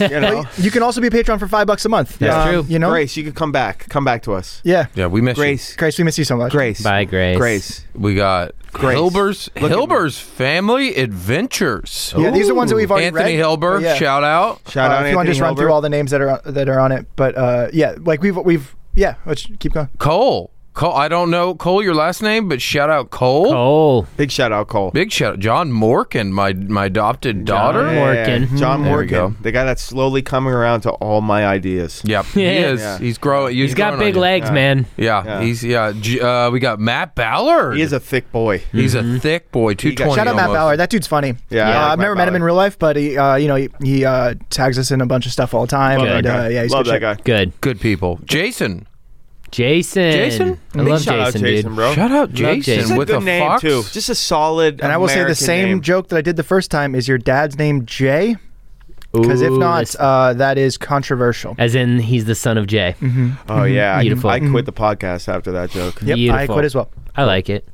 Speaker 6: you know,
Speaker 3: You can also be a patron for five bucks a month.
Speaker 6: That's
Speaker 3: Um,
Speaker 5: true.
Speaker 3: You know,
Speaker 6: Grace, you could come back. Come back to us,
Speaker 3: yeah,
Speaker 2: Yeah, we miss
Speaker 6: Grace.
Speaker 3: Grace, we miss you so much.
Speaker 6: Grace.
Speaker 5: Bye, Grace.
Speaker 6: Grace.
Speaker 2: you. We got
Speaker 6: Grace.
Speaker 2: Hilber's
Speaker 6: Look at me.
Speaker 2: Hilber's Family Adventures.
Speaker 3: Yeah, these are ones that we've already
Speaker 2: Anthony
Speaker 3: read.
Speaker 6: Oh,
Speaker 2: Hilber,
Speaker 3: Yeah.
Speaker 2: shout out.
Speaker 6: Shout
Speaker 3: Uh,
Speaker 6: out
Speaker 3: if you want to
Speaker 6: Anthony
Speaker 3: just run
Speaker 6: Hilbert.
Speaker 3: through all the names that are that are on it, but uh, yeah, like we've we've yeah, let's keep going.
Speaker 2: Cole. Cole, I don't know Cole your last name, but shout out Cole.
Speaker 5: Oh,
Speaker 6: Big shout out, Cole.
Speaker 2: Big shout out John Morgan, my my adopted daughter.
Speaker 5: Morgan. Morgan.
Speaker 6: John
Speaker 2: There we
Speaker 6: Morgan,
Speaker 2: go.
Speaker 6: the guy that's slowly coming around to all my ideas.
Speaker 2: Yep, he
Speaker 5: Yeah.
Speaker 2: is.
Speaker 6: Yeah.
Speaker 2: He's growing. He's,
Speaker 5: he's got
Speaker 2: growing on
Speaker 5: big
Speaker 2: you.
Speaker 5: legs, man.
Speaker 2: Yeah,
Speaker 6: Yeah.
Speaker 2: he's yeah. G- uh, we got Matt Ballard.
Speaker 6: He is a thick boy.
Speaker 2: He's
Speaker 5: Mm-hmm.
Speaker 2: a thick boy, two twenty.
Speaker 3: Shout out Matt Ballard. That dude's funny.
Speaker 6: Yeah, I
Speaker 3: uh,
Speaker 6: like
Speaker 3: I've
Speaker 6: Matt
Speaker 3: never met him in
Speaker 6: Ballard.
Speaker 3: real life, but he, uh, you know, he, he uh, tags us in a bunch of stuff all the time.
Speaker 6: Love that
Speaker 3: and,
Speaker 6: guy.
Speaker 3: Uh, yeah, he's
Speaker 6: Love
Speaker 3: good
Speaker 6: that
Speaker 3: shit.
Speaker 6: guy.
Speaker 5: Good.
Speaker 2: Good people. Jason.
Speaker 5: Jason.
Speaker 2: Jason?
Speaker 5: I love
Speaker 6: Big shout out
Speaker 5: Jason,
Speaker 6: Jason,
Speaker 5: dude.
Speaker 6: bro.
Speaker 2: Shout out
Speaker 5: Jason
Speaker 2: Jason
Speaker 6: Just a
Speaker 2: with
Speaker 6: good
Speaker 2: a
Speaker 6: name
Speaker 2: fox.
Speaker 6: too. Just a solid.
Speaker 3: And I will say the
Speaker 6: American
Speaker 3: same
Speaker 6: name.
Speaker 3: joke that I did the first time is your dad's name Jay? Because if
Speaker 5: Ooh,
Speaker 3: not,
Speaker 5: that's-
Speaker 3: uh, that is controversial.
Speaker 5: as in he's the son of Jay.
Speaker 6: Oh yeah,
Speaker 5: Mm-hmm.
Speaker 6: I-
Speaker 5: Beautiful.
Speaker 6: I, quit the podcast after that joke.
Speaker 3: Yep, I
Speaker 5: Beautiful.
Speaker 3: quit as well.
Speaker 5: I like it.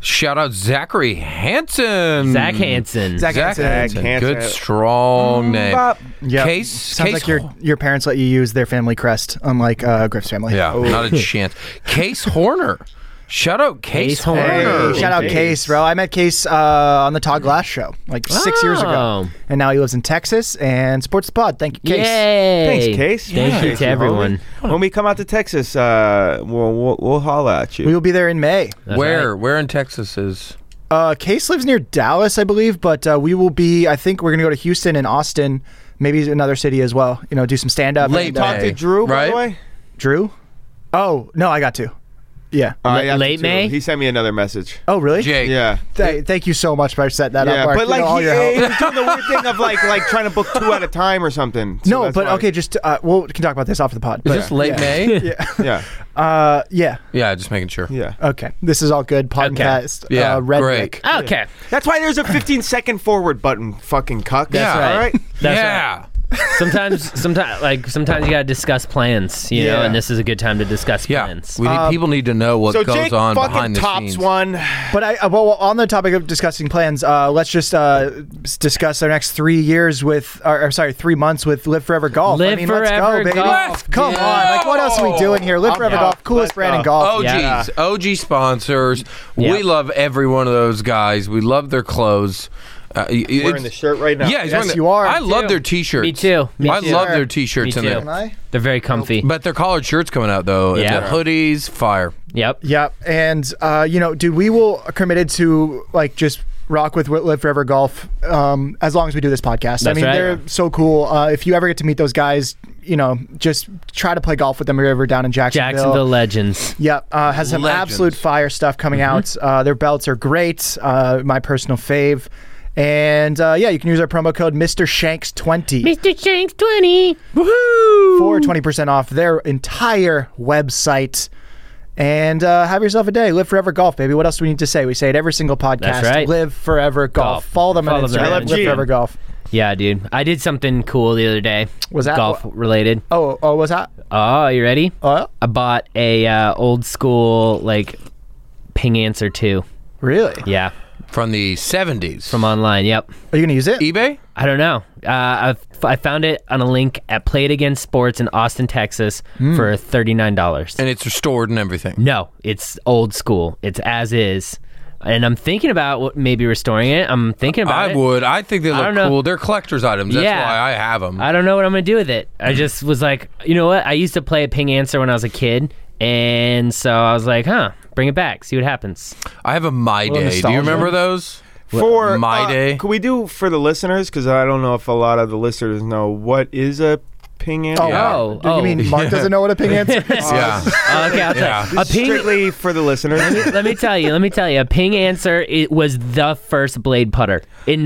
Speaker 2: Shout out Zachary Hansen.
Speaker 5: Zach Hansen.
Speaker 3: Zach
Speaker 2: Mm-hmm. Zach
Speaker 3: Hansen.
Speaker 2: Hansen.
Speaker 6: Zach Hansen.
Speaker 2: Good
Speaker 6: Mm,
Speaker 2: strong name.
Speaker 6: Bop.
Speaker 3: Yep.
Speaker 2: Case.
Speaker 3: Sounds
Speaker 2: Case
Speaker 3: like your your parents let you use their family crest, unlike uh, Griff's family.
Speaker 2: Yeah, not a chance. Case Horner. Shout out Case,
Speaker 5: Case
Speaker 2: Horner.
Speaker 5: Horner.
Speaker 3: Hey,
Speaker 5: Hey,
Speaker 3: shout out
Speaker 6: Case.
Speaker 3: Case, bro. I met Case uh, on the Todd Glass show like six years ago,
Speaker 5: Oh.
Speaker 3: and now he lives in Texas and supports the pod. Thank you, Case.
Speaker 5: Yay.
Speaker 6: Thanks, Case.
Speaker 5: Thank
Speaker 6: Yeah.
Speaker 5: you to
Speaker 6: homie.
Speaker 5: everyone.
Speaker 6: When we come out to Texas, uh, we'll, we'll we'll holla at
Speaker 3: We
Speaker 6: you.
Speaker 3: will be there in May.
Speaker 5: That's
Speaker 2: Where?
Speaker 5: right.
Speaker 2: Where in Texas is?
Speaker 3: Uh, Case lives near Dallas, I believe, but uh, we will be. I think we're gonna go to Houston and Austin, maybe another city as well. You know, do some stand up.
Speaker 2: Late
Speaker 6: Talk
Speaker 2: May,
Speaker 6: to Drew, by the
Speaker 2: right?
Speaker 6: way.
Speaker 3: Drew. Oh no, I got to. Yeah.
Speaker 6: Uh,
Speaker 5: Late-
Speaker 6: yeah,
Speaker 5: late
Speaker 6: Drew.
Speaker 5: May?
Speaker 6: He sent me another message.
Speaker 3: Oh really?
Speaker 2: Jake.
Speaker 6: Yeah.
Speaker 3: Th- thank you so much for setting that
Speaker 6: Yeah,
Speaker 3: up. Mark.
Speaker 6: but
Speaker 3: You know,
Speaker 6: like
Speaker 3: all
Speaker 6: he,
Speaker 3: your help.
Speaker 6: he was doing the weird thing of like like trying to book two at a time or something. So
Speaker 3: no,
Speaker 6: that's
Speaker 3: but
Speaker 6: why-
Speaker 3: okay, just uh, we'll we can talk about this off the pod.
Speaker 2: Is
Speaker 3: but-
Speaker 2: this late
Speaker 3: yeah.
Speaker 2: May? Yeah.
Speaker 6: Yeah,
Speaker 3: Uh, yeah.
Speaker 2: just making sure.
Speaker 6: yeah.
Speaker 3: Okay, this is all good podcast.
Speaker 2: Okay. Yeah,
Speaker 3: uh, Red
Speaker 2: great.
Speaker 3: Rick.
Speaker 5: Okay.
Speaker 6: That's why there's a 15 second forward button. Fucking cuck.
Speaker 2: Yeah. right.
Speaker 6: All right.
Speaker 5: That's
Speaker 2: yeah.
Speaker 5: (laughs) Sometimes, sometimes, like sometimes you gotta discuss plans, you know,
Speaker 6: Yeah.
Speaker 5: and this is a good time to discuss
Speaker 2: Yeah,
Speaker 5: plans.
Speaker 2: we need, people need to know what
Speaker 6: Um, So
Speaker 2: goes
Speaker 6: Jake
Speaker 2: on
Speaker 6: fucking
Speaker 2: behind the
Speaker 6: tops
Speaker 2: scenes.
Speaker 6: one.
Speaker 3: But I, uh, well, on the topic of discussing plans, uh, let's just uh, s- discuss our next three years with, or, or sorry, three months with Live Forever Golf. I
Speaker 5: Live
Speaker 3: mean,
Speaker 5: Forever
Speaker 3: let's go, baby.
Speaker 5: Golf.
Speaker 3: Come
Speaker 2: Yeah.
Speaker 3: on, like what else are we doing here? Live
Speaker 6: I'm
Speaker 3: Forever
Speaker 6: down.
Speaker 3: Golf, coolest
Speaker 6: Let's
Speaker 3: brand in
Speaker 6: go.
Speaker 3: golf.
Speaker 2: OGs,
Speaker 5: Yeah.
Speaker 2: OG sponsors.
Speaker 5: Yeah.
Speaker 2: We love every one of those guys. We love their clothes. Uh, y- y-
Speaker 6: Wearing the
Speaker 2: it's-
Speaker 6: shirt right now.
Speaker 2: Yeah,
Speaker 3: Yes,
Speaker 2: he's wearing the-
Speaker 3: you are.
Speaker 2: I
Speaker 3: Me
Speaker 2: love
Speaker 5: too.
Speaker 2: their t-shirts.
Speaker 5: Me too. Me
Speaker 2: I
Speaker 5: too.
Speaker 2: love their
Speaker 3: Me
Speaker 2: t-shirts
Speaker 5: too.
Speaker 2: in
Speaker 3: Am
Speaker 2: there.
Speaker 3: I?
Speaker 5: They're very comfy.
Speaker 2: But their collared shirts coming out though.
Speaker 5: Yeah.
Speaker 2: The hoodies, fire.
Speaker 5: yep.
Speaker 3: Yep. And uh, you know, dude, we will are committed to like just rock with Live Forever Golf um, as long as we do this podcast. I
Speaker 5: That's
Speaker 3: mean,
Speaker 5: right.
Speaker 3: they're so cool. Uh, if you ever get to meet those guys, you know, just try to play golf with them if you're ever down in (laughs)
Speaker 5: Jacksonville legends.
Speaker 3: Yep, uh, has some
Speaker 2: Legends.
Speaker 3: absolute fire stuff coming
Speaker 5: Mm-hmm.
Speaker 3: out. Uh, their belts are great. Uh, my personal fave. And uh, yeah, you can use our promo code Mr. Shanks twenty
Speaker 5: Mr. Shanks twenty.
Speaker 3: for twenty percent off their entire website. And uh, have yourself a day. Live forever golf, baby. What else do we need to say? We say it every single podcast.
Speaker 5: right.
Speaker 3: Live forever golf.
Speaker 5: Golf.
Speaker 3: Follow them
Speaker 5: Follow
Speaker 3: on
Speaker 5: them
Speaker 3: Instagram.
Speaker 5: on
Speaker 3: Live
Speaker 5: Instagram.
Speaker 3: forever golf.
Speaker 5: Yeah, dude. I did something cool the other day.
Speaker 3: Was that-
Speaker 5: golf related?
Speaker 3: Oh, oh, was that?
Speaker 5: Oh, you ready?
Speaker 3: Oh,
Speaker 5: I bought a uh, old school like Ping Answer two.
Speaker 3: really?
Speaker 5: Yeah,
Speaker 2: from the 70s.
Speaker 5: from online. Yep.
Speaker 3: Are you gonna use it?
Speaker 2: eBay?
Speaker 5: I don't know. Uh, I I found it on a link at Played Against Sports in Austin, Texas,
Speaker 2: Hmm.
Speaker 5: for thirty nine dollars.
Speaker 2: And it's restored and everything.
Speaker 5: No, it's old school. It's as is, and I'm thinking about what, maybe restoring it. I'm thinking about
Speaker 2: I
Speaker 5: it.
Speaker 2: would. I think they
Speaker 5: don't
Speaker 2: look
Speaker 5: know.
Speaker 2: cool. They're collector's items. That's
Speaker 5: Yeah.
Speaker 2: why I have them.
Speaker 5: I don't know what I'm gonna do with it.
Speaker 2: Hmm.
Speaker 5: I just was like, you know what? I used to play Ping Answer when I was a kid, and so I was like, huh, bring it back, see what happens.
Speaker 2: I have a My Day. Do
Speaker 3: nostalgia.
Speaker 2: you remember those?
Speaker 6: For
Speaker 2: My
Speaker 6: uh,
Speaker 2: Day?
Speaker 6: could we do for the listeners? Because I don't know if a lot of the listeners know what is a ping answer.
Speaker 3: Oh, wow.
Speaker 5: Oh,
Speaker 3: Do you
Speaker 5: oh.
Speaker 3: mean Mark doesn't know what a ping
Speaker 5: (laughs)
Speaker 3: answer? is?
Speaker 2: (laughs) yeah.
Speaker 5: Uh, okay, I'll tell you. A ping.
Speaker 6: Strictly for
Speaker 3: (laughs)
Speaker 6: the listeners.
Speaker 5: Let me tell you. Let me tell you. A Ping Answer it was the first blade putter in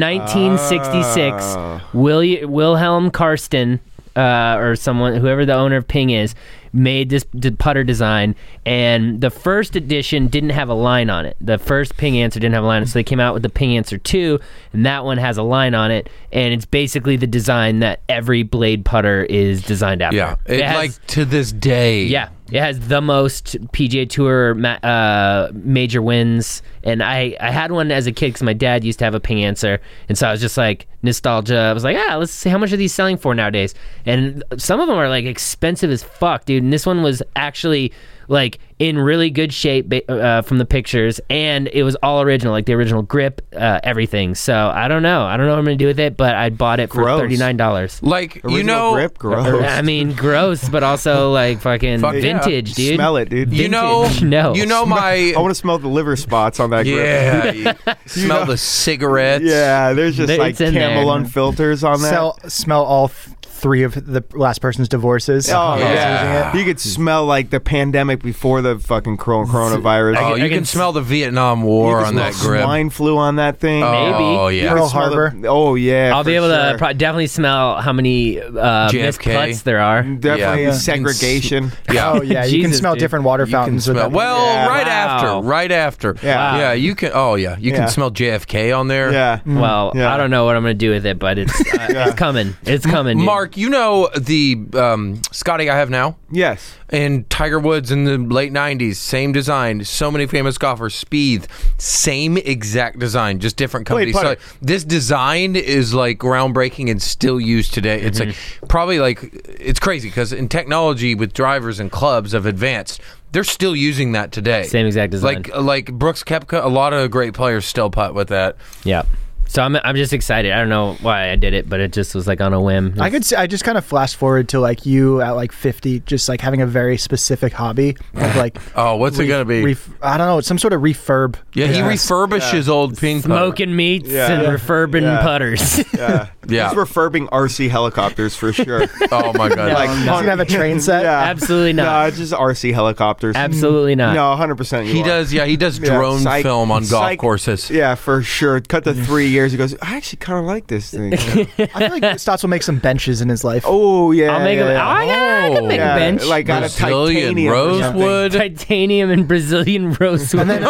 Speaker 5: 1966.
Speaker 6: Oh.
Speaker 2: Ah.
Speaker 5: Willi- Wilhelm Karsten, uh, or someone, whoever the owner of Ping is, made this d- putter design. And the first edition didn't have a line on it. The first Ping Answer didn't have a line, on it, so they came out with the Ping Answer Two, and that one has a line on it. And it's basically the design that every blade putter is designed after.
Speaker 2: Yeah. It,
Speaker 5: has-
Speaker 2: like to this day.
Speaker 5: yeah, it has the most PGA Tour ma- uh, major wins, and I, I had one as a kid because my dad used to have a Ping Answer, and so I was just like nostalgia. I was like, ah, let's see how much are these selling for nowadays, and some of them are like expensive as fuck, dude. And this one was actually like in really good shape ba- uh, from the pictures, and it was all original, like the original grip, uh, everything. So I don't know, I don't know what I'm gonna do with it, but I bought it for
Speaker 6: Gross.
Speaker 5: thirty nine dollars.
Speaker 2: Like, you
Speaker 6: Original
Speaker 2: know,
Speaker 6: grip gross.
Speaker 5: I mean, gross, but also like fucking
Speaker 2: Fuck yeah.
Speaker 5: vintage, dude.
Speaker 6: Smell it, dude.
Speaker 2: you know,
Speaker 5: vintage. (laughs) No.
Speaker 2: you know my.
Speaker 6: I want to smell the liver spots on that grip.
Speaker 2: yeah.
Speaker 5: (laughs)
Speaker 2: you smell the cigarettes.
Speaker 6: Yeah, there's just
Speaker 5: There-
Speaker 6: like
Speaker 5: it's in there.
Speaker 6: Camelon filters on that. Oh,
Speaker 3: Sell, smell all th- three of the last person's divorces.
Speaker 6: Oh
Speaker 3: Who's
Speaker 6: yeah,
Speaker 3: using it.
Speaker 6: you could smell like the pandemic before the fucking coron- coronavirus.
Speaker 5: I
Speaker 2: Oh, you
Speaker 5: can
Speaker 2: can
Speaker 5: s-
Speaker 2: smell the Vietnam
Speaker 6: You
Speaker 2: War
Speaker 6: could
Speaker 2: on
Speaker 6: smell
Speaker 2: that grip.
Speaker 6: Swine flu on that thing.
Speaker 2: Oh, yeah.
Speaker 3: Pearl
Speaker 6: You smell the-
Speaker 3: Harbor.
Speaker 6: (laughs) oh yeah,
Speaker 5: I'll be
Speaker 6: for
Speaker 5: able to
Speaker 6: sure.
Speaker 5: pro- definitely smell how many uh, missed
Speaker 2: JFK.
Speaker 5: putts there are.
Speaker 6: definitely uh,
Speaker 5: (laughs)
Speaker 2: Yeah.
Speaker 6: segregation.
Speaker 2: yeah.
Speaker 3: Oh yeah, you can
Speaker 5: Jesus,
Speaker 3: smell
Speaker 5: dude.
Speaker 3: different water fountains. with
Speaker 2: Smell-
Speaker 3: that.
Speaker 2: well,
Speaker 6: Yeah.
Speaker 2: right
Speaker 5: Wow.
Speaker 2: after, right after.
Speaker 6: Yeah.
Speaker 2: yeah. You can. Oh, yeah. You
Speaker 6: Yeah.
Speaker 2: can smell JFK on there.
Speaker 6: Yeah,
Speaker 5: Well,
Speaker 6: Yeah.
Speaker 5: I don't know what I'm gonna do with it, but
Speaker 6: (laughs)
Speaker 5: it's uh, it's coming. It's coming. dude.
Speaker 2: Mark, you know the um, Scotty I have now
Speaker 6: yes.
Speaker 2: and Tiger Woods in the late '90s, same design. So many famous golfers. Speed, same exact design, just different
Speaker 6: Blade
Speaker 2: companies. So
Speaker 6: putter.
Speaker 2: this design is like groundbreaking and still used today. It's
Speaker 6: Mm-hmm.
Speaker 2: like probably like it's crazy because in technology with drivers and clubs have advanced. They're still using that today.
Speaker 5: Same exact design.
Speaker 2: Like uh, like Brooks Kepka, a lot of great players still putt with that.
Speaker 5: yeah. So I'm I'm just excited. I don't know why I did it, but it just was like on a whim.
Speaker 3: I could. See, I just kind of flash forward to like you at like fifty, just like having a very specific hobby of like.
Speaker 2: (laughs) Oh, what's it gonna be?
Speaker 3: Ref, I don't know. Some sort of refurb.
Speaker 2: yeah, he refurbishes old ping pong.
Speaker 5: smoking meats
Speaker 6: Yeah.
Speaker 5: and
Speaker 6: Yeah.
Speaker 5: refurbing
Speaker 6: Yeah.
Speaker 5: putters. (laughs)
Speaker 6: Yeah,
Speaker 2: (laughs) Yeah.
Speaker 6: He's refurbing RC helicopters for sure.
Speaker 5: (laughs)
Speaker 2: Oh my god.
Speaker 6: like,
Speaker 3: Does (laughs) he have a train set?
Speaker 6: (laughs) Yeah.
Speaker 5: Absolutely not.
Speaker 6: No, it's just RC helicopters.
Speaker 5: Absolutely not.
Speaker 6: No, 100%. You
Speaker 2: he
Speaker 6: are.
Speaker 2: does. Yeah, he does
Speaker 6: Yeah,
Speaker 2: drone
Speaker 6: psych-
Speaker 2: film on golf
Speaker 6: psych-
Speaker 2: courses.
Speaker 6: Yeah, for sure. Cut the
Speaker 2: (laughs)
Speaker 6: three years. He goes, I actually kind of like this thing.
Speaker 3: I feel like Stotts will make some benches in his life.
Speaker 6: (laughs) oh, yeah.
Speaker 5: I'll make
Speaker 6: yeah,
Speaker 5: a,
Speaker 6: yeah.
Speaker 5: I, can- I can make
Speaker 6: Yeah,
Speaker 5: a bench.
Speaker 2: (laughs)
Speaker 6: Like out of
Speaker 2: Brazilian
Speaker 6: titanium or something.
Speaker 2: rosewood.
Speaker 5: titanium and Brazilian rosewood.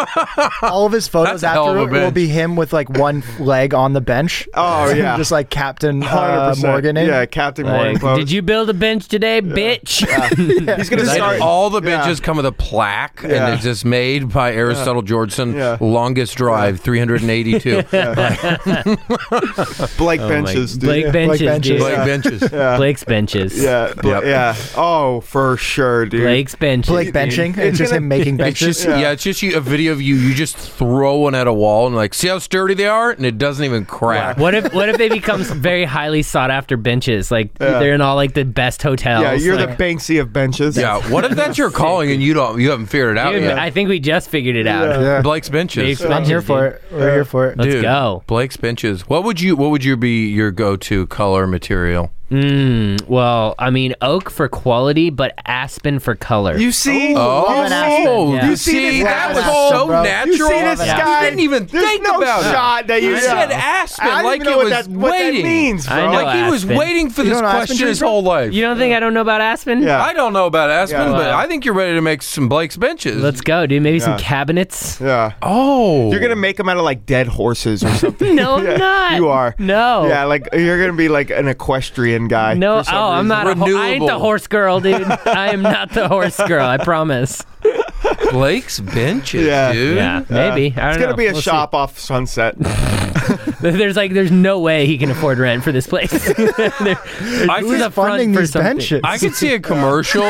Speaker 3: All of his photos
Speaker 2: That's a hell of a
Speaker 3: afterward will
Speaker 2: bench.
Speaker 3: be him with like
Speaker 6: (laughs)
Speaker 3: one leg on the bench.
Speaker 6: Oh,
Speaker 3: (laughs)
Speaker 6: yeah.
Speaker 3: just like Captain uh,
Speaker 6: 100%.
Speaker 3: Morgan. In.
Speaker 6: Yeah, Captain
Speaker 5: Like,
Speaker 6: Morgan. Close.
Speaker 5: did you build a bench today, bitch? (laughs)
Speaker 6: He's going to
Speaker 2: Like,
Speaker 6: start.
Speaker 2: all the
Speaker 6: Yeah.
Speaker 2: benches come with a plaque,
Speaker 6: Yeah.
Speaker 2: and it's just made by Aristotle Georgeson.
Speaker 6: Yeah.
Speaker 2: Longest drive, 382.
Speaker 6: (laughs) Blake
Speaker 2: Oh
Speaker 6: benches, dude.
Speaker 5: Blake benches,
Speaker 3: benches.
Speaker 5: dude.
Speaker 2: Like benches.
Speaker 5: (laughs) Blake's benches.
Speaker 6: Yeah, Bla-
Speaker 2: Yep.
Speaker 6: yeah. Oh, for sure, dude.
Speaker 5: Blake's benches.
Speaker 3: Blake benching. It's just him
Speaker 2: (laughs)
Speaker 3: making
Speaker 2: It's
Speaker 3: benches.
Speaker 2: just yeah. it's just you, a video of you. You just throw one at a wall and like, see how sturdy they are, and it doesn't even crack.
Speaker 5: What if what if they become very highly sought after benches? Like they're in all like the best hotels.
Speaker 6: Yeah, you're
Speaker 5: like,
Speaker 6: the Banksy of benches.
Speaker 2: Yeah, what if that's your calling and you don't you haven't figured it out
Speaker 5: dude,
Speaker 2: yet?
Speaker 5: I think we just figured it out.
Speaker 3: Yeah.
Speaker 2: Blake's benches.
Speaker 5: Blake's
Speaker 3: I'm here for it. We're here for it.
Speaker 5: Let's go.
Speaker 2: Blake's benches. What would you what would you be your go to color material?
Speaker 5: Well, I mean, oak for quality, but aspen for color.
Speaker 6: You see?
Speaker 2: Oh,
Speaker 5: an aspen, yeah.
Speaker 2: you
Speaker 5: You
Speaker 6: see
Speaker 2: see,
Speaker 6: this
Speaker 2: that was
Speaker 3: aspen,
Speaker 2: so
Speaker 3: bro. You
Speaker 2: natural.
Speaker 6: You see this
Speaker 5: Yeah.
Speaker 6: guy?
Speaker 2: You didn't even
Speaker 6: There's
Speaker 2: think
Speaker 6: no
Speaker 2: about
Speaker 6: shot
Speaker 2: it.
Speaker 6: that you
Speaker 2: You said
Speaker 6: know.
Speaker 2: aspen
Speaker 6: I don't
Speaker 2: like
Speaker 6: even know
Speaker 2: it
Speaker 6: what
Speaker 2: was
Speaker 6: that-
Speaker 2: waiting.
Speaker 6: what that means,
Speaker 5: I
Speaker 6: bro.
Speaker 5: know
Speaker 2: like he was
Speaker 5: aspen.
Speaker 2: waiting for
Speaker 3: You
Speaker 2: this
Speaker 3: don't know aspen
Speaker 2: question
Speaker 3: trees,
Speaker 2: his
Speaker 3: bro?
Speaker 2: whole life.
Speaker 5: You don't think I don't know about aspen?
Speaker 6: Yeah.
Speaker 2: I don't know about aspen,
Speaker 6: Yeah.
Speaker 2: but
Speaker 5: Wow.
Speaker 2: I think you're ready to make some Blake's benches.
Speaker 5: Let's go, dude. Maybe some
Speaker 6: Yeah.
Speaker 5: cabinets.
Speaker 6: Yeah.
Speaker 2: oh,
Speaker 6: You're gonna make them out of like dead
Speaker 5: (laughs)
Speaker 6: horses or something.
Speaker 5: No, I'm
Speaker 6: (laughs) Yeah,
Speaker 5: not.
Speaker 6: You are.
Speaker 5: No.
Speaker 6: Yeah, like you're gonna be like an equestrian guy.
Speaker 5: No,
Speaker 6: for
Speaker 5: oh,
Speaker 6: some
Speaker 5: I'm
Speaker 6: reason.
Speaker 5: not. A ho- I ain't the
Speaker 2: Renewable.
Speaker 5: horse girl, dude. I am not the horse girl. I
Speaker 6: (laughs)
Speaker 5: promise.
Speaker 2: Blake's benches,
Speaker 6: Yeah.
Speaker 2: dude.
Speaker 5: Yeah, maybe. I don't
Speaker 6: It's gonna
Speaker 5: know.
Speaker 6: be a
Speaker 5: We'll see.
Speaker 6: shop off Sunset.
Speaker 5: (laughs) There's like, there's no way he can afford rent for this place. (laughs) There-
Speaker 2: I
Speaker 5: this is
Speaker 2: could-
Speaker 5: a front
Speaker 3: funding
Speaker 5: for
Speaker 3: these
Speaker 5: something.
Speaker 3: benches.
Speaker 2: I could see a commercial.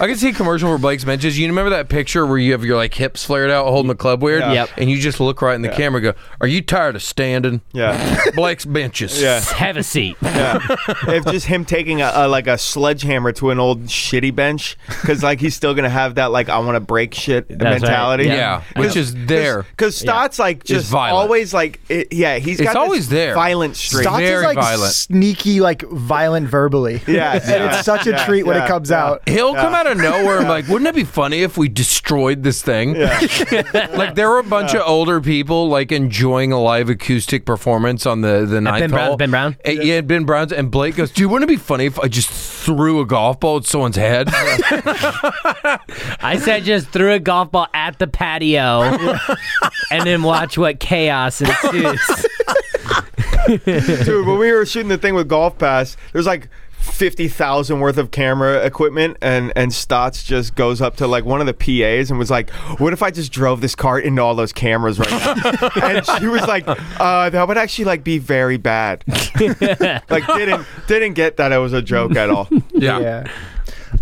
Speaker 2: I could see a commercial for Blake's benches. You remember that picture where you have your like hips flared out, holding the club weird,
Speaker 6: Yeah.
Speaker 5: Yep.
Speaker 2: and you just look right in the camera, and go, "Are you tired of standing?"
Speaker 6: Yeah.
Speaker 2: Blake's benches.
Speaker 5: (laughs)
Speaker 6: Yeah.
Speaker 5: (laughs) Have a seat.
Speaker 6: if just him taking a, a like a sledgehammer to an old shitty bench because like he's still gonna have that like I want to break shit
Speaker 5: right.
Speaker 6: mentality.
Speaker 5: Yeah.
Speaker 2: Yeah, which is there.
Speaker 6: Because Stott's like just
Speaker 2: violent.
Speaker 6: always like it, yeah he's
Speaker 2: It's
Speaker 6: got this
Speaker 2: always there.
Speaker 6: violent streak.
Speaker 3: Stotts
Speaker 2: Very
Speaker 3: is like
Speaker 2: violent.
Speaker 3: sneaky, like violent verbally.
Speaker 6: Yeah,
Speaker 3: (laughs) And
Speaker 6: yeah,
Speaker 3: it's such a
Speaker 6: yeah,
Speaker 3: treat when
Speaker 6: yeah,
Speaker 3: it comes
Speaker 6: yeah.
Speaker 3: out.
Speaker 2: He'll come out of nowhere and like, wouldn't it be funny if we destroyed this thing? (laughs) like there were a bunch of older people like enjoying a live acoustic performance on the the ninth
Speaker 5: Ben Brown-
Speaker 2: hole.
Speaker 5: Ben Brown?
Speaker 2: Uh, yeah, Ben Brown's and Blake goes, dude, wouldn't it be funny if I just threw a golf ball at someone's
Speaker 6: (laughs)
Speaker 2: head?
Speaker 5: I said just threw a golf ball at the patio and then watch what chaos ensues.
Speaker 6: Dude,
Speaker 3: (laughs)
Speaker 6: when we were shooting the thing with Golf Pass, there's like fifty thousand worth of camera equipment, and and Stotts just goes up to like one of the PAs and was like, "What if I just drove this cart into all those cameras
Speaker 3: (laughs)
Speaker 6: right now?" and she was like, uh, "That would actually like be
Speaker 3: (laughs)
Speaker 6: very bad." like didn't didn't get that it was a joke
Speaker 3: (laughs)
Speaker 6: at all.
Speaker 2: yeah.
Speaker 3: Yeah.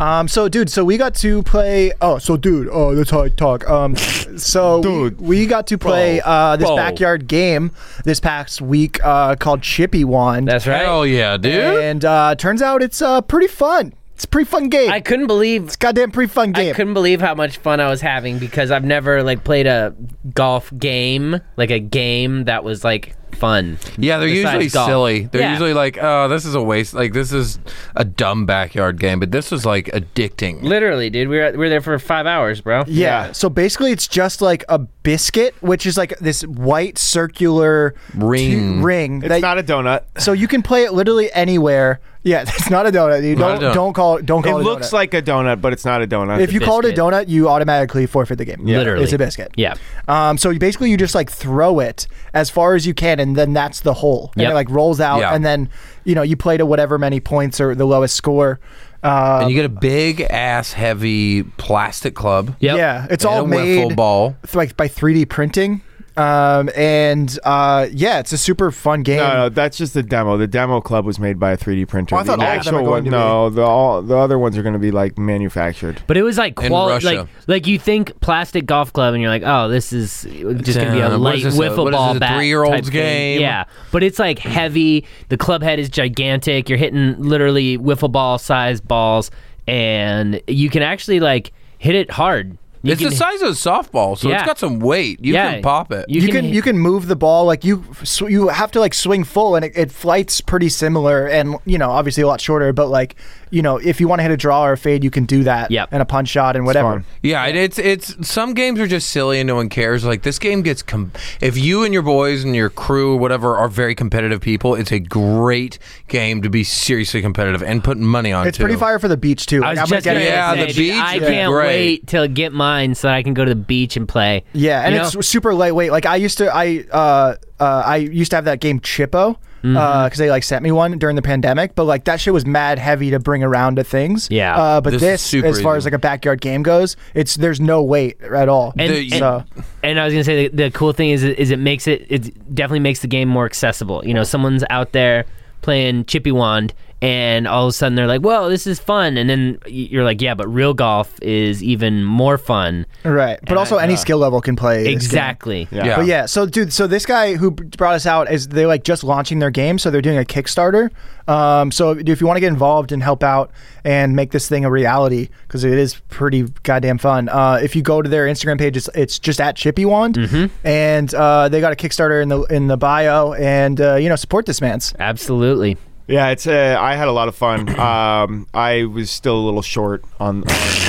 Speaker 3: Um, so, dude, so we got to play. Oh, so, dude, oh, that's how I talk. Um, so,
Speaker 6: Dude.
Speaker 3: We, we got to play uh, this
Speaker 2: Bro.
Speaker 3: backyard game this past week uh, called Chippy Wand.
Speaker 5: That's right.
Speaker 2: Hell yeah, dude.
Speaker 3: And uh, turns out it's uh, pretty fun. It's a pretty fun game.
Speaker 5: I couldn't believe
Speaker 3: Goddamn, pretty fun
Speaker 5: I
Speaker 3: game.
Speaker 5: couldn't believe how much fun I was having because I've never like played a golf game, like a game that was like fun.
Speaker 2: Yeah, they're
Speaker 5: besides
Speaker 2: usually
Speaker 5: golf.
Speaker 2: silly. They're
Speaker 5: Yeah.
Speaker 2: usually like, oh, this is a waste. Like, this is a dumb backyard game, but this was like addicting.
Speaker 5: Literally, dude, we were, we were there for five hours, bro.
Speaker 3: Yeah.
Speaker 6: Yeah.
Speaker 3: So basically, it's just like a biscuit, which is like this white circular
Speaker 2: Ring.
Speaker 3: tu- ring.
Speaker 6: It's
Speaker 3: that-
Speaker 6: not a donut.
Speaker 3: so you can play it literally anywhere. Yeah, (laughs) it's not a donut. You
Speaker 2: Not
Speaker 3: don't
Speaker 2: a donut.
Speaker 3: don't call it don't
Speaker 6: It
Speaker 3: call it. a
Speaker 6: looks
Speaker 3: donut.
Speaker 6: like a donut, but it's not a donut.
Speaker 3: if you call it a
Speaker 5: biscuit.
Speaker 3: donut, you automatically forfeit the game.
Speaker 5: Literally.
Speaker 3: it's a biscuit.
Speaker 5: Yeah.
Speaker 3: Um. So you basically you just like throw it as far as you can, and then that's the hole. And
Speaker 5: Yep.
Speaker 3: it like rolls out,
Speaker 2: Yeah.
Speaker 3: and then you know you play to whatever many points or the lowest score. Uh,
Speaker 2: And you get a big ass heavy plastic club.
Speaker 5: Yep.
Speaker 3: Yeah, it's
Speaker 2: And
Speaker 3: all
Speaker 2: a wiffle
Speaker 3: made
Speaker 2: ball.
Speaker 3: th- like by 3D printing. Um, and uh, yeah, it's a super fun game.
Speaker 6: No, no, that's just the demo. The demo club was made by a 3D printer.
Speaker 3: Oh, I thought
Speaker 6: the
Speaker 3: all of them are
Speaker 6: actual
Speaker 3: going
Speaker 6: one,
Speaker 3: to be-
Speaker 6: no, the all the other ones are going to be like manufactured.
Speaker 5: But it was like
Speaker 2: In
Speaker 5: quality,
Speaker 2: Russia.
Speaker 5: like like you think plastic golf club, and you're like, oh, this is just gonna be a
Speaker 2: Uh, what
Speaker 5: light
Speaker 2: is this, a-
Speaker 5: wiffle
Speaker 2: what is
Speaker 5: ball
Speaker 2: this, a
Speaker 5: bat.
Speaker 2: three-year-old's
Speaker 5: type thing.
Speaker 2: game?
Speaker 5: yeah. But it's like heavy. The club head is gigantic. You're hitting literally wiffle ball size balls, and you can actually like hit it hard. You
Speaker 2: it's
Speaker 5: can-
Speaker 2: the size of a softball, so it's
Speaker 5: Yeah.
Speaker 2: got some weight. You
Speaker 5: Yeah.
Speaker 2: can pop it.
Speaker 5: You
Speaker 3: you can you can move the ball like you sw- you have to like swing full and it, it flights pretty similar and you know obviously a lot shorter but like you know if you want to hit a draw or a fade you can do that
Speaker 5: Yep.
Speaker 3: and a punch shot and whatever
Speaker 6: fun.
Speaker 2: yeah, and it's it's some games are just silly and no one cares. Like this game gets com- if you and your boys and your crew or whatever are very competitive people, it's a great game to be seriously competitive and put money on.
Speaker 3: it's
Speaker 2: too.
Speaker 3: pretty fire for the beach too
Speaker 5: I
Speaker 3: Like,
Speaker 5: was
Speaker 3: I'm gonna
Speaker 5: just
Speaker 3: get
Speaker 5: gonna
Speaker 3: it.
Speaker 2: Yeah,
Speaker 5: say,
Speaker 2: the
Speaker 5: dude,
Speaker 2: beach
Speaker 5: I
Speaker 2: is
Speaker 5: can't
Speaker 2: great.
Speaker 5: wait till I get mine so that I can go to the beach and play.
Speaker 3: yeah and
Speaker 5: You
Speaker 3: it's
Speaker 5: know?
Speaker 3: super lightweight like I used to I uh, uh I used to have that game Chippo
Speaker 5: Mm-hmm.
Speaker 3: because they like sent me one during the pandemic but like that shit was mad heavy to bring around to things
Speaker 5: Yeah.
Speaker 3: uh, but
Speaker 2: This
Speaker 3: this,
Speaker 2: is super
Speaker 3: as far
Speaker 2: easy.
Speaker 3: as like a backyard game goes it's there's no weight at all
Speaker 5: And,
Speaker 2: The-
Speaker 5: and-
Speaker 3: so-
Speaker 5: and I was gonna say the, the cool thing is is it makes it it definitely makes the game more accessible. You know, someone's out there playing Chippy Wand, and all of a sudden they're like, "Whoa, this is fun!" And then y- you're like, "Yeah, but real golf is even more fun."
Speaker 3: Right, but also any skill level can play this game.
Speaker 5: Exactly.
Speaker 6: Yeah.
Speaker 2: Yeah.
Speaker 3: But yeah, so dude, so this guy who b- brought us out is they're like just launching their game, so they're doing a Kickstarter. Um, so if you want to get involved and help out and make this thing a reality, because it is pretty goddamn fun. Uh, if you go to their Instagram page, it's, it's just at Chippy Wand, and uh, they got a Kickstarter in the in the bio, and uh, you know support this man's.
Speaker 5: Absolutely.
Speaker 6: Yeah, it's. Uh, I had a lot of fun. (clears throat) Um, I was still a little short on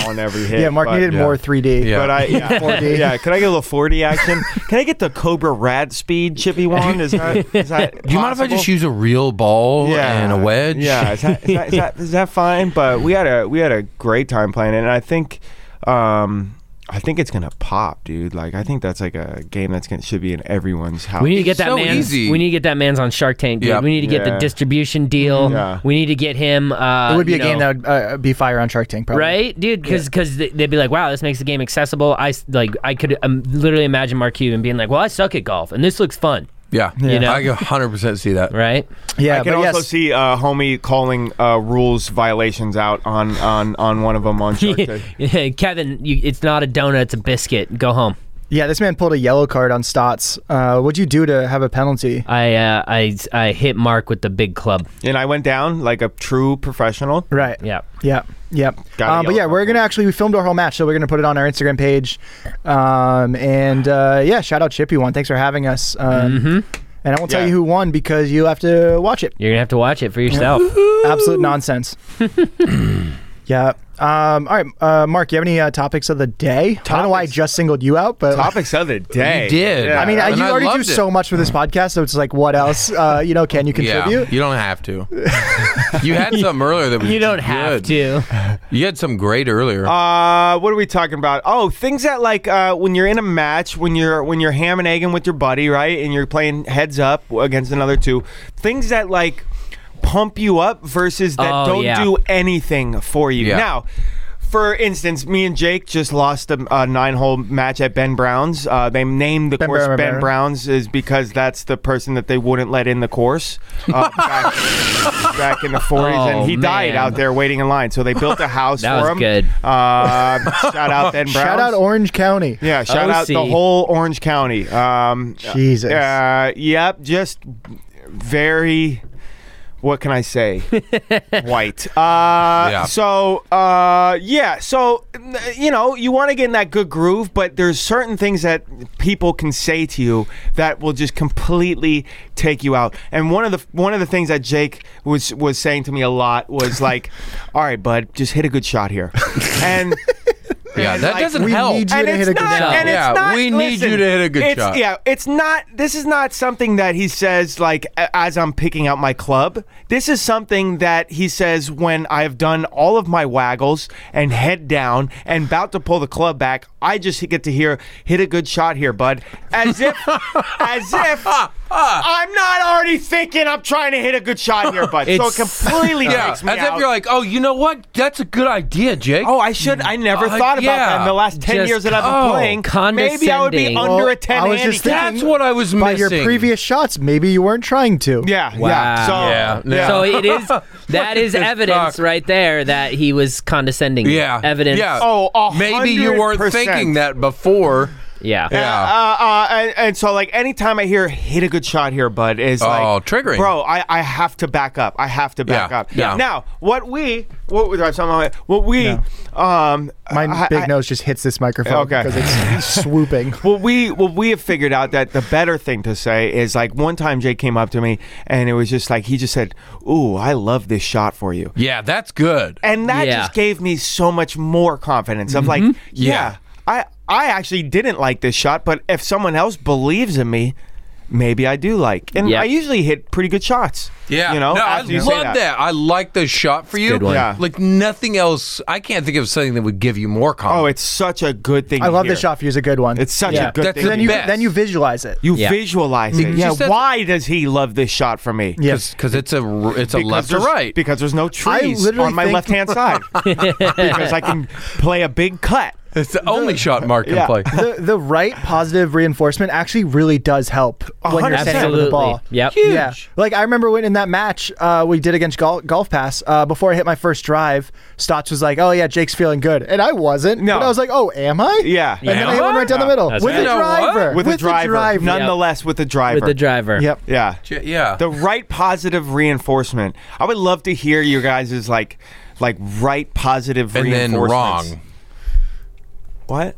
Speaker 6: on, on every hit.
Speaker 3: Yeah, Mark
Speaker 6: but-
Speaker 3: needed more 3D. (laughs)
Speaker 2: Yeah.
Speaker 6: But I yeah,
Speaker 3: 4D.
Speaker 6: (laughs) yeah, could I get a little 4D action? Can I get the Cobra Rad speed chippy one? Is that
Speaker 3: (laughs)
Speaker 6: is that
Speaker 2: Do you mind if I just
Speaker 6: possible?
Speaker 2: use a real ball and a wedge?
Speaker 6: Yeah, is that, is, that, is, that, is that fine? But we had a we had a great time playing it, and I think, um, I think it's gonna pop, dude. Like I think that's like a game that's gonna should be in everyone's house.
Speaker 5: We need to get
Speaker 2: It's
Speaker 5: that
Speaker 2: so
Speaker 5: man.
Speaker 2: easy.
Speaker 5: We need to get that man's on Shark Tank. Dude.
Speaker 2: Yeah.
Speaker 5: We need to get
Speaker 6: Yeah.
Speaker 5: the distribution deal.
Speaker 6: Yeah.
Speaker 5: We need to get him. Uh,
Speaker 3: It would be a
Speaker 5: you
Speaker 3: game
Speaker 5: know,
Speaker 3: that would uh, be fire on Shark
Speaker 2: Um,
Speaker 3: Tank, probably.
Speaker 5: right, dude? Because they'd be like, "Wow, this makes the game accessible." I s- like I could um, literally imagine Mark Cuban being like, "Well, I suck at golf, and this looks fun."
Speaker 2: yeah.
Speaker 5: You know?
Speaker 2: I can 100 percent see that.
Speaker 5: Right? (laughs)
Speaker 3: Yeah,
Speaker 6: I can
Speaker 3: but
Speaker 6: also
Speaker 3: yes.
Speaker 6: see uh, homie calling uh, rules violations out on, on, on one of them
Speaker 3: (laughs)
Speaker 6: on Shark Tank.
Speaker 5: Kevin, you, it's not a donut; it's a biscuit. Go home.
Speaker 3: Yeah, this man pulled a yellow card on Stotts. Uh, what'd you do to have a penalty?
Speaker 5: I uh, I I hit Mark with the big club.
Speaker 6: and I went down like a true professional.
Speaker 3: Right.
Speaker 5: Yeah.
Speaker 3: Yep. Yep.
Speaker 6: Got a
Speaker 3: Um, but
Speaker 6: yellow
Speaker 3: yeah, we're
Speaker 6: card.
Speaker 3: gonna actually we filmed our whole match, so we're gonna put it on our Instagram page. Um, and uh, yeah, shout out Chippy one. Thanks for having us. Um, And I won't
Speaker 6: Yeah.
Speaker 3: tell you who won because you have to watch it.
Speaker 5: You're gonna have to watch it for
Speaker 2: (laughs)
Speaker 5: yourself.
Speaker 3: Absolute nonsense. yeah. Um, all right, uh, Mark. You have any uh, topics of the day? I don't know why I
Speaker 6: Topics?
Speaker 3: just singled you out, but
Speaker 6: Topics of the day.
Speaker 2: You did.
Speaker 6: Yeah.
Speaker 3: I mean, I,
Speaker 2: And
Speaker 3: you
Speaker 2: I
Speaker 3: already do
Speaker 2: loved it.
Speaker 3: so much for this podcast, so it's like, what else? Uh, you know,
Speaker 6: (laughs)
Speaker 3: can you
Speaker 2: Yeah,
Speaker 3: contribute?
Speaker 2: you don't have to. you had something earlier that was
Speaker 5: You don't have
Speaker 2: good.
Speaker 5: to.
Speaker 2: You had some great earlier.
Speaker 6: Uh, what are we talking about? Oh, things that like uh, when you're in a match, when you're when you're ham and egging with your buddy, right, and you're playing heads up against another two. Things that like pump you up versus that
Speaker 5: Oh,
Speaker 6: don't
Speaker 5: yeah.
Speaker 6: do anything for you.
Speaker 2: Yeah.
Speaker 6: Now, for instance, me and Jake just lost a, a nine-hole match at Ben Brown's. Uh, they named the
Speaker 3: Ben
Speaker 6: course
Speaker 3: Brown, Ben
Speaker 6: Ben
Speaker 3: Brown.
Speaker 6: Brown's is because that's the person that they wouldn't let in the course uh,
Speaker 5: (laughs)
Speaker 6: back, back in the 40s,
Speaker 5: Oh,
Speaker 6: and he died
Speaker 5: man.
Speaker 6: out there waiting in line. So they built a house
Speaker 5: That
Speaker 6: for
Speaker 5: was
Speaker 6: him.
Speaker 5: good.
Speaker 6: Uh, shout out Ben
Speaker 3: (laughs)
Speaker 6: Brown.
Speaker 3: Shout out Orange County.
Speaker 6: yeah, shout out the
Speaker 5: OC.
Speaker 6: whole Orange County. Um,
Speaker 3: Jesus.
Speaker 6: Uh, yep, just very. What can
Speaker 3: (laughs)
Speaker 6: I say? White. Uh,
Speaker 2: Yeah.
Speaker 6: So, uh, yeah. So, n- you know, you want to get in that good groove, but there's certain things that people can say to you that will just completely take you out. And one of the one of the things that Jake was was saying to me a lot was like, "All right, bud, just hit a good shot here,here." And
Speaker 2: yeah,
Speaker 6: and,
Speaker 2: that
Speaker 6: like,
Speaker 2: doesn't
Speaker 3: we
Speaker 2: help.
Speaker 3: need you- to
Speaker 6: it's
Speaker 3: hit a good
Speaker 6: not-
Speaker 5: shot.
Speaker 6: and it's
Speaker 2: Yeah,
Speaker 6: not-
Speaker 2: we need
Speaker 6: listen,
Speaker 2: you to hit a good
Speaker 6: it's-
Speaker 2: shot.
Speaker 6: Yeah, it's not. This is not something that he says like a- as I'm picking out my club. This is something that he says when I've done all of my waggles and head down and about to pull the club back. I just get to hear hit a good shot here, bud. As
Speaker 2: (laughs)
Speaker 6: if, as if I'm not already thinking I'm trying to hit a good shot here, bud. so it
Speaker 5: It's-
Speaker 2: (laughs)
Speaker 6: completely
Speaker 2: yeah,
Speaker 6: takes
Speaker 2: as
Speaker 6: me
Speaker 2: if
Speaker 6: out.
Speaker 2: you're like, oh, you know what? That's a good idea, Jake.
Speaker 6: Oh, I should. I never
Speaker 2: Uh,
Speaker 6: thought about that
Speaker 2: yeah.
Speaker 6: in the last 10
Speaker 5: Just
Speaker 6: years that I've
Speaker 2: oh,
Speaker 6: been playing. Maybe I would be
Speaker 5: condescending.
Speaker 6: under
Speaker 3: Well,
Speaker 6: a 10
Speaker 3: I was just
Speaker 6: handicap.
Speaker 2: that's what I was
Speaker 3: By
Speaker 2: missing.
Speaker 3: your previous shots, maybe you weren't trying to.
Speaker 6: Yeah, yeah.
Speaker 5: Wow.
Speaker 6: So,
Speaker 2: Yeah, yeah.
Speaker 5: So it
Speaker 2: (laughs)
Speaker 5: is that is
Speaker 2: this
Speaker 5: evidence
Speaker 2: cock.
Speaker 5: right there that he was condescending.
Speaker 2: yeah,
Speaker 5: Evidence.
Speaker 2: Yeah.
Speaker 6: Oh, a
Speaker 2: maybe you weren't
Speaker 6: 100%.
Speaker 2: thinking that before.
Speaker 5: Yeah.
Speaker 2: Yeah.
Speaker 6: Uh, uh, and, and so, like, anytime I hear "hit a good shot here, bud," is like,
Speaker 2: Oh, triggering.
Speaker 6: bro. I, I have to back up. I have to back
Speaker 2: Yeah,
Speaker 6: up.
Speaker 2: yeah.
Speaker 6: Now, what we what we what we um
Speaker 3: My
Speaker 6: I-
Speaker 3: big
Speaker 6: I-
Speaker 3: nose just hits this microphone
Speaker 6: Okay.
Speaker 3: because
Speaker 6: (laughs)
Speaker 3: it's swooping.
Speaker 6: Well, we well we have figured out that the better thing to say is like one time Jake came up to me and it was just like he just said, "Ooh, I love this shot for you,"
Speaker 2: Yeah, that's good.
Speaker 6: and that
Speaker 5: Yeah. Mm-hmm.
Speaker 6: just gave me so much more confidence of like, yeah, I I actually didn't like this shot, but if someone else believes in me, maybe I do like. And
Speaker 5: Yeah.
Speaker 6: I usually hit pretty good shots.
Speaker 2: Yeah,
Speaker 6: you know,
Speaker 2: no, I
Speaker 6: after you say
Speaker 2: love that. I like the shot for you.
Speaker 5: good one.
Speaker 6: Yeah.
Speaker 2: like nothing else. I can't think of something that would give you more
Speaker 6: Oh,
Speaker 2: confidence.
Speaker 6: it's such a good thing.
Speaker 3: I
Speaker 6: to
Speaker 3: love
Speaker 6: hear.
Speaker 3: this shot for you. It's a good one.
Speaker 6: It's such
Speaker 3: Yeah.
Speaker 6: a good
Speaker 2: That's
Speaker 6: thing.
Speaker 3: So
Speaker 6: to
Speaker 3: then
Speaker 2: the
Speaker 3: you
Speaker 6: hear.
Speaker 2: best.
Speaker 3: then you visualize it.
Speaker 6: you
Speaker 5: Yeah.
Speaker 6: visualize it. Yeah.
Speaker 2: just said-
Speaker 6: Why does he love this shot for me?
Speaker 3: Yeah.
Speaker 2: because it's a r- it's a left to
Speaker 6: there's-
Speaker 2: right.
Speaker 6: because there's no trees
Speaker 3: literally
Speaker 6: on my
Speaker 3: think- (laughs)
Speaker 6: left hand side because I can play a big cut.
Speaker 2: It's the only shot Mark can
Speaker 6: Yeah.
Speaker 2: play.
Speaker 3: the the right positive reinforcement actually really does help when you're standing over the
Speaker 5: Absolutely.
Speaker 3: ball.
Speaker 5: Yep.
Speaker 3: Yeah. Like I remember when in that match uh, we did against Gol- Golf Pass, uh, before I hit my first drive, Stotts was like, "Oh yeah, Jake's feeling good," and I wasn't.
Speaker 6: No.
Speaker 3: but I was like, "Oh, am I?"
Speaker 6: Yeah.
Speaker 3: And then I
Speaker 2: Am
Speaker 3: hit one
Speaker 2: I?
Speaker 3: right down the
Speaker 5: Yeah,
Speaker 3: middle
Speaker 5: that's
Speaker 3: with
Speaker 5: right.
Speaker 3: a
Speaker 5: You know
Speaker 2: what?
Speaker 3: driver.
Speaker 6: With, a driver, nonetheless, with a driver.
Speaker 5: With the driver.
Speaker 3: Yep.
Speaker 6: Yeah.
Speaker 2: Yeah,
Speaker 6: The right positive reinforcement. I would love to hear you guys' like, like right positive
Speaker 2: and then
Speaker 6: reinforcements.
Speaker 2: wrong.
Speaker 6: What?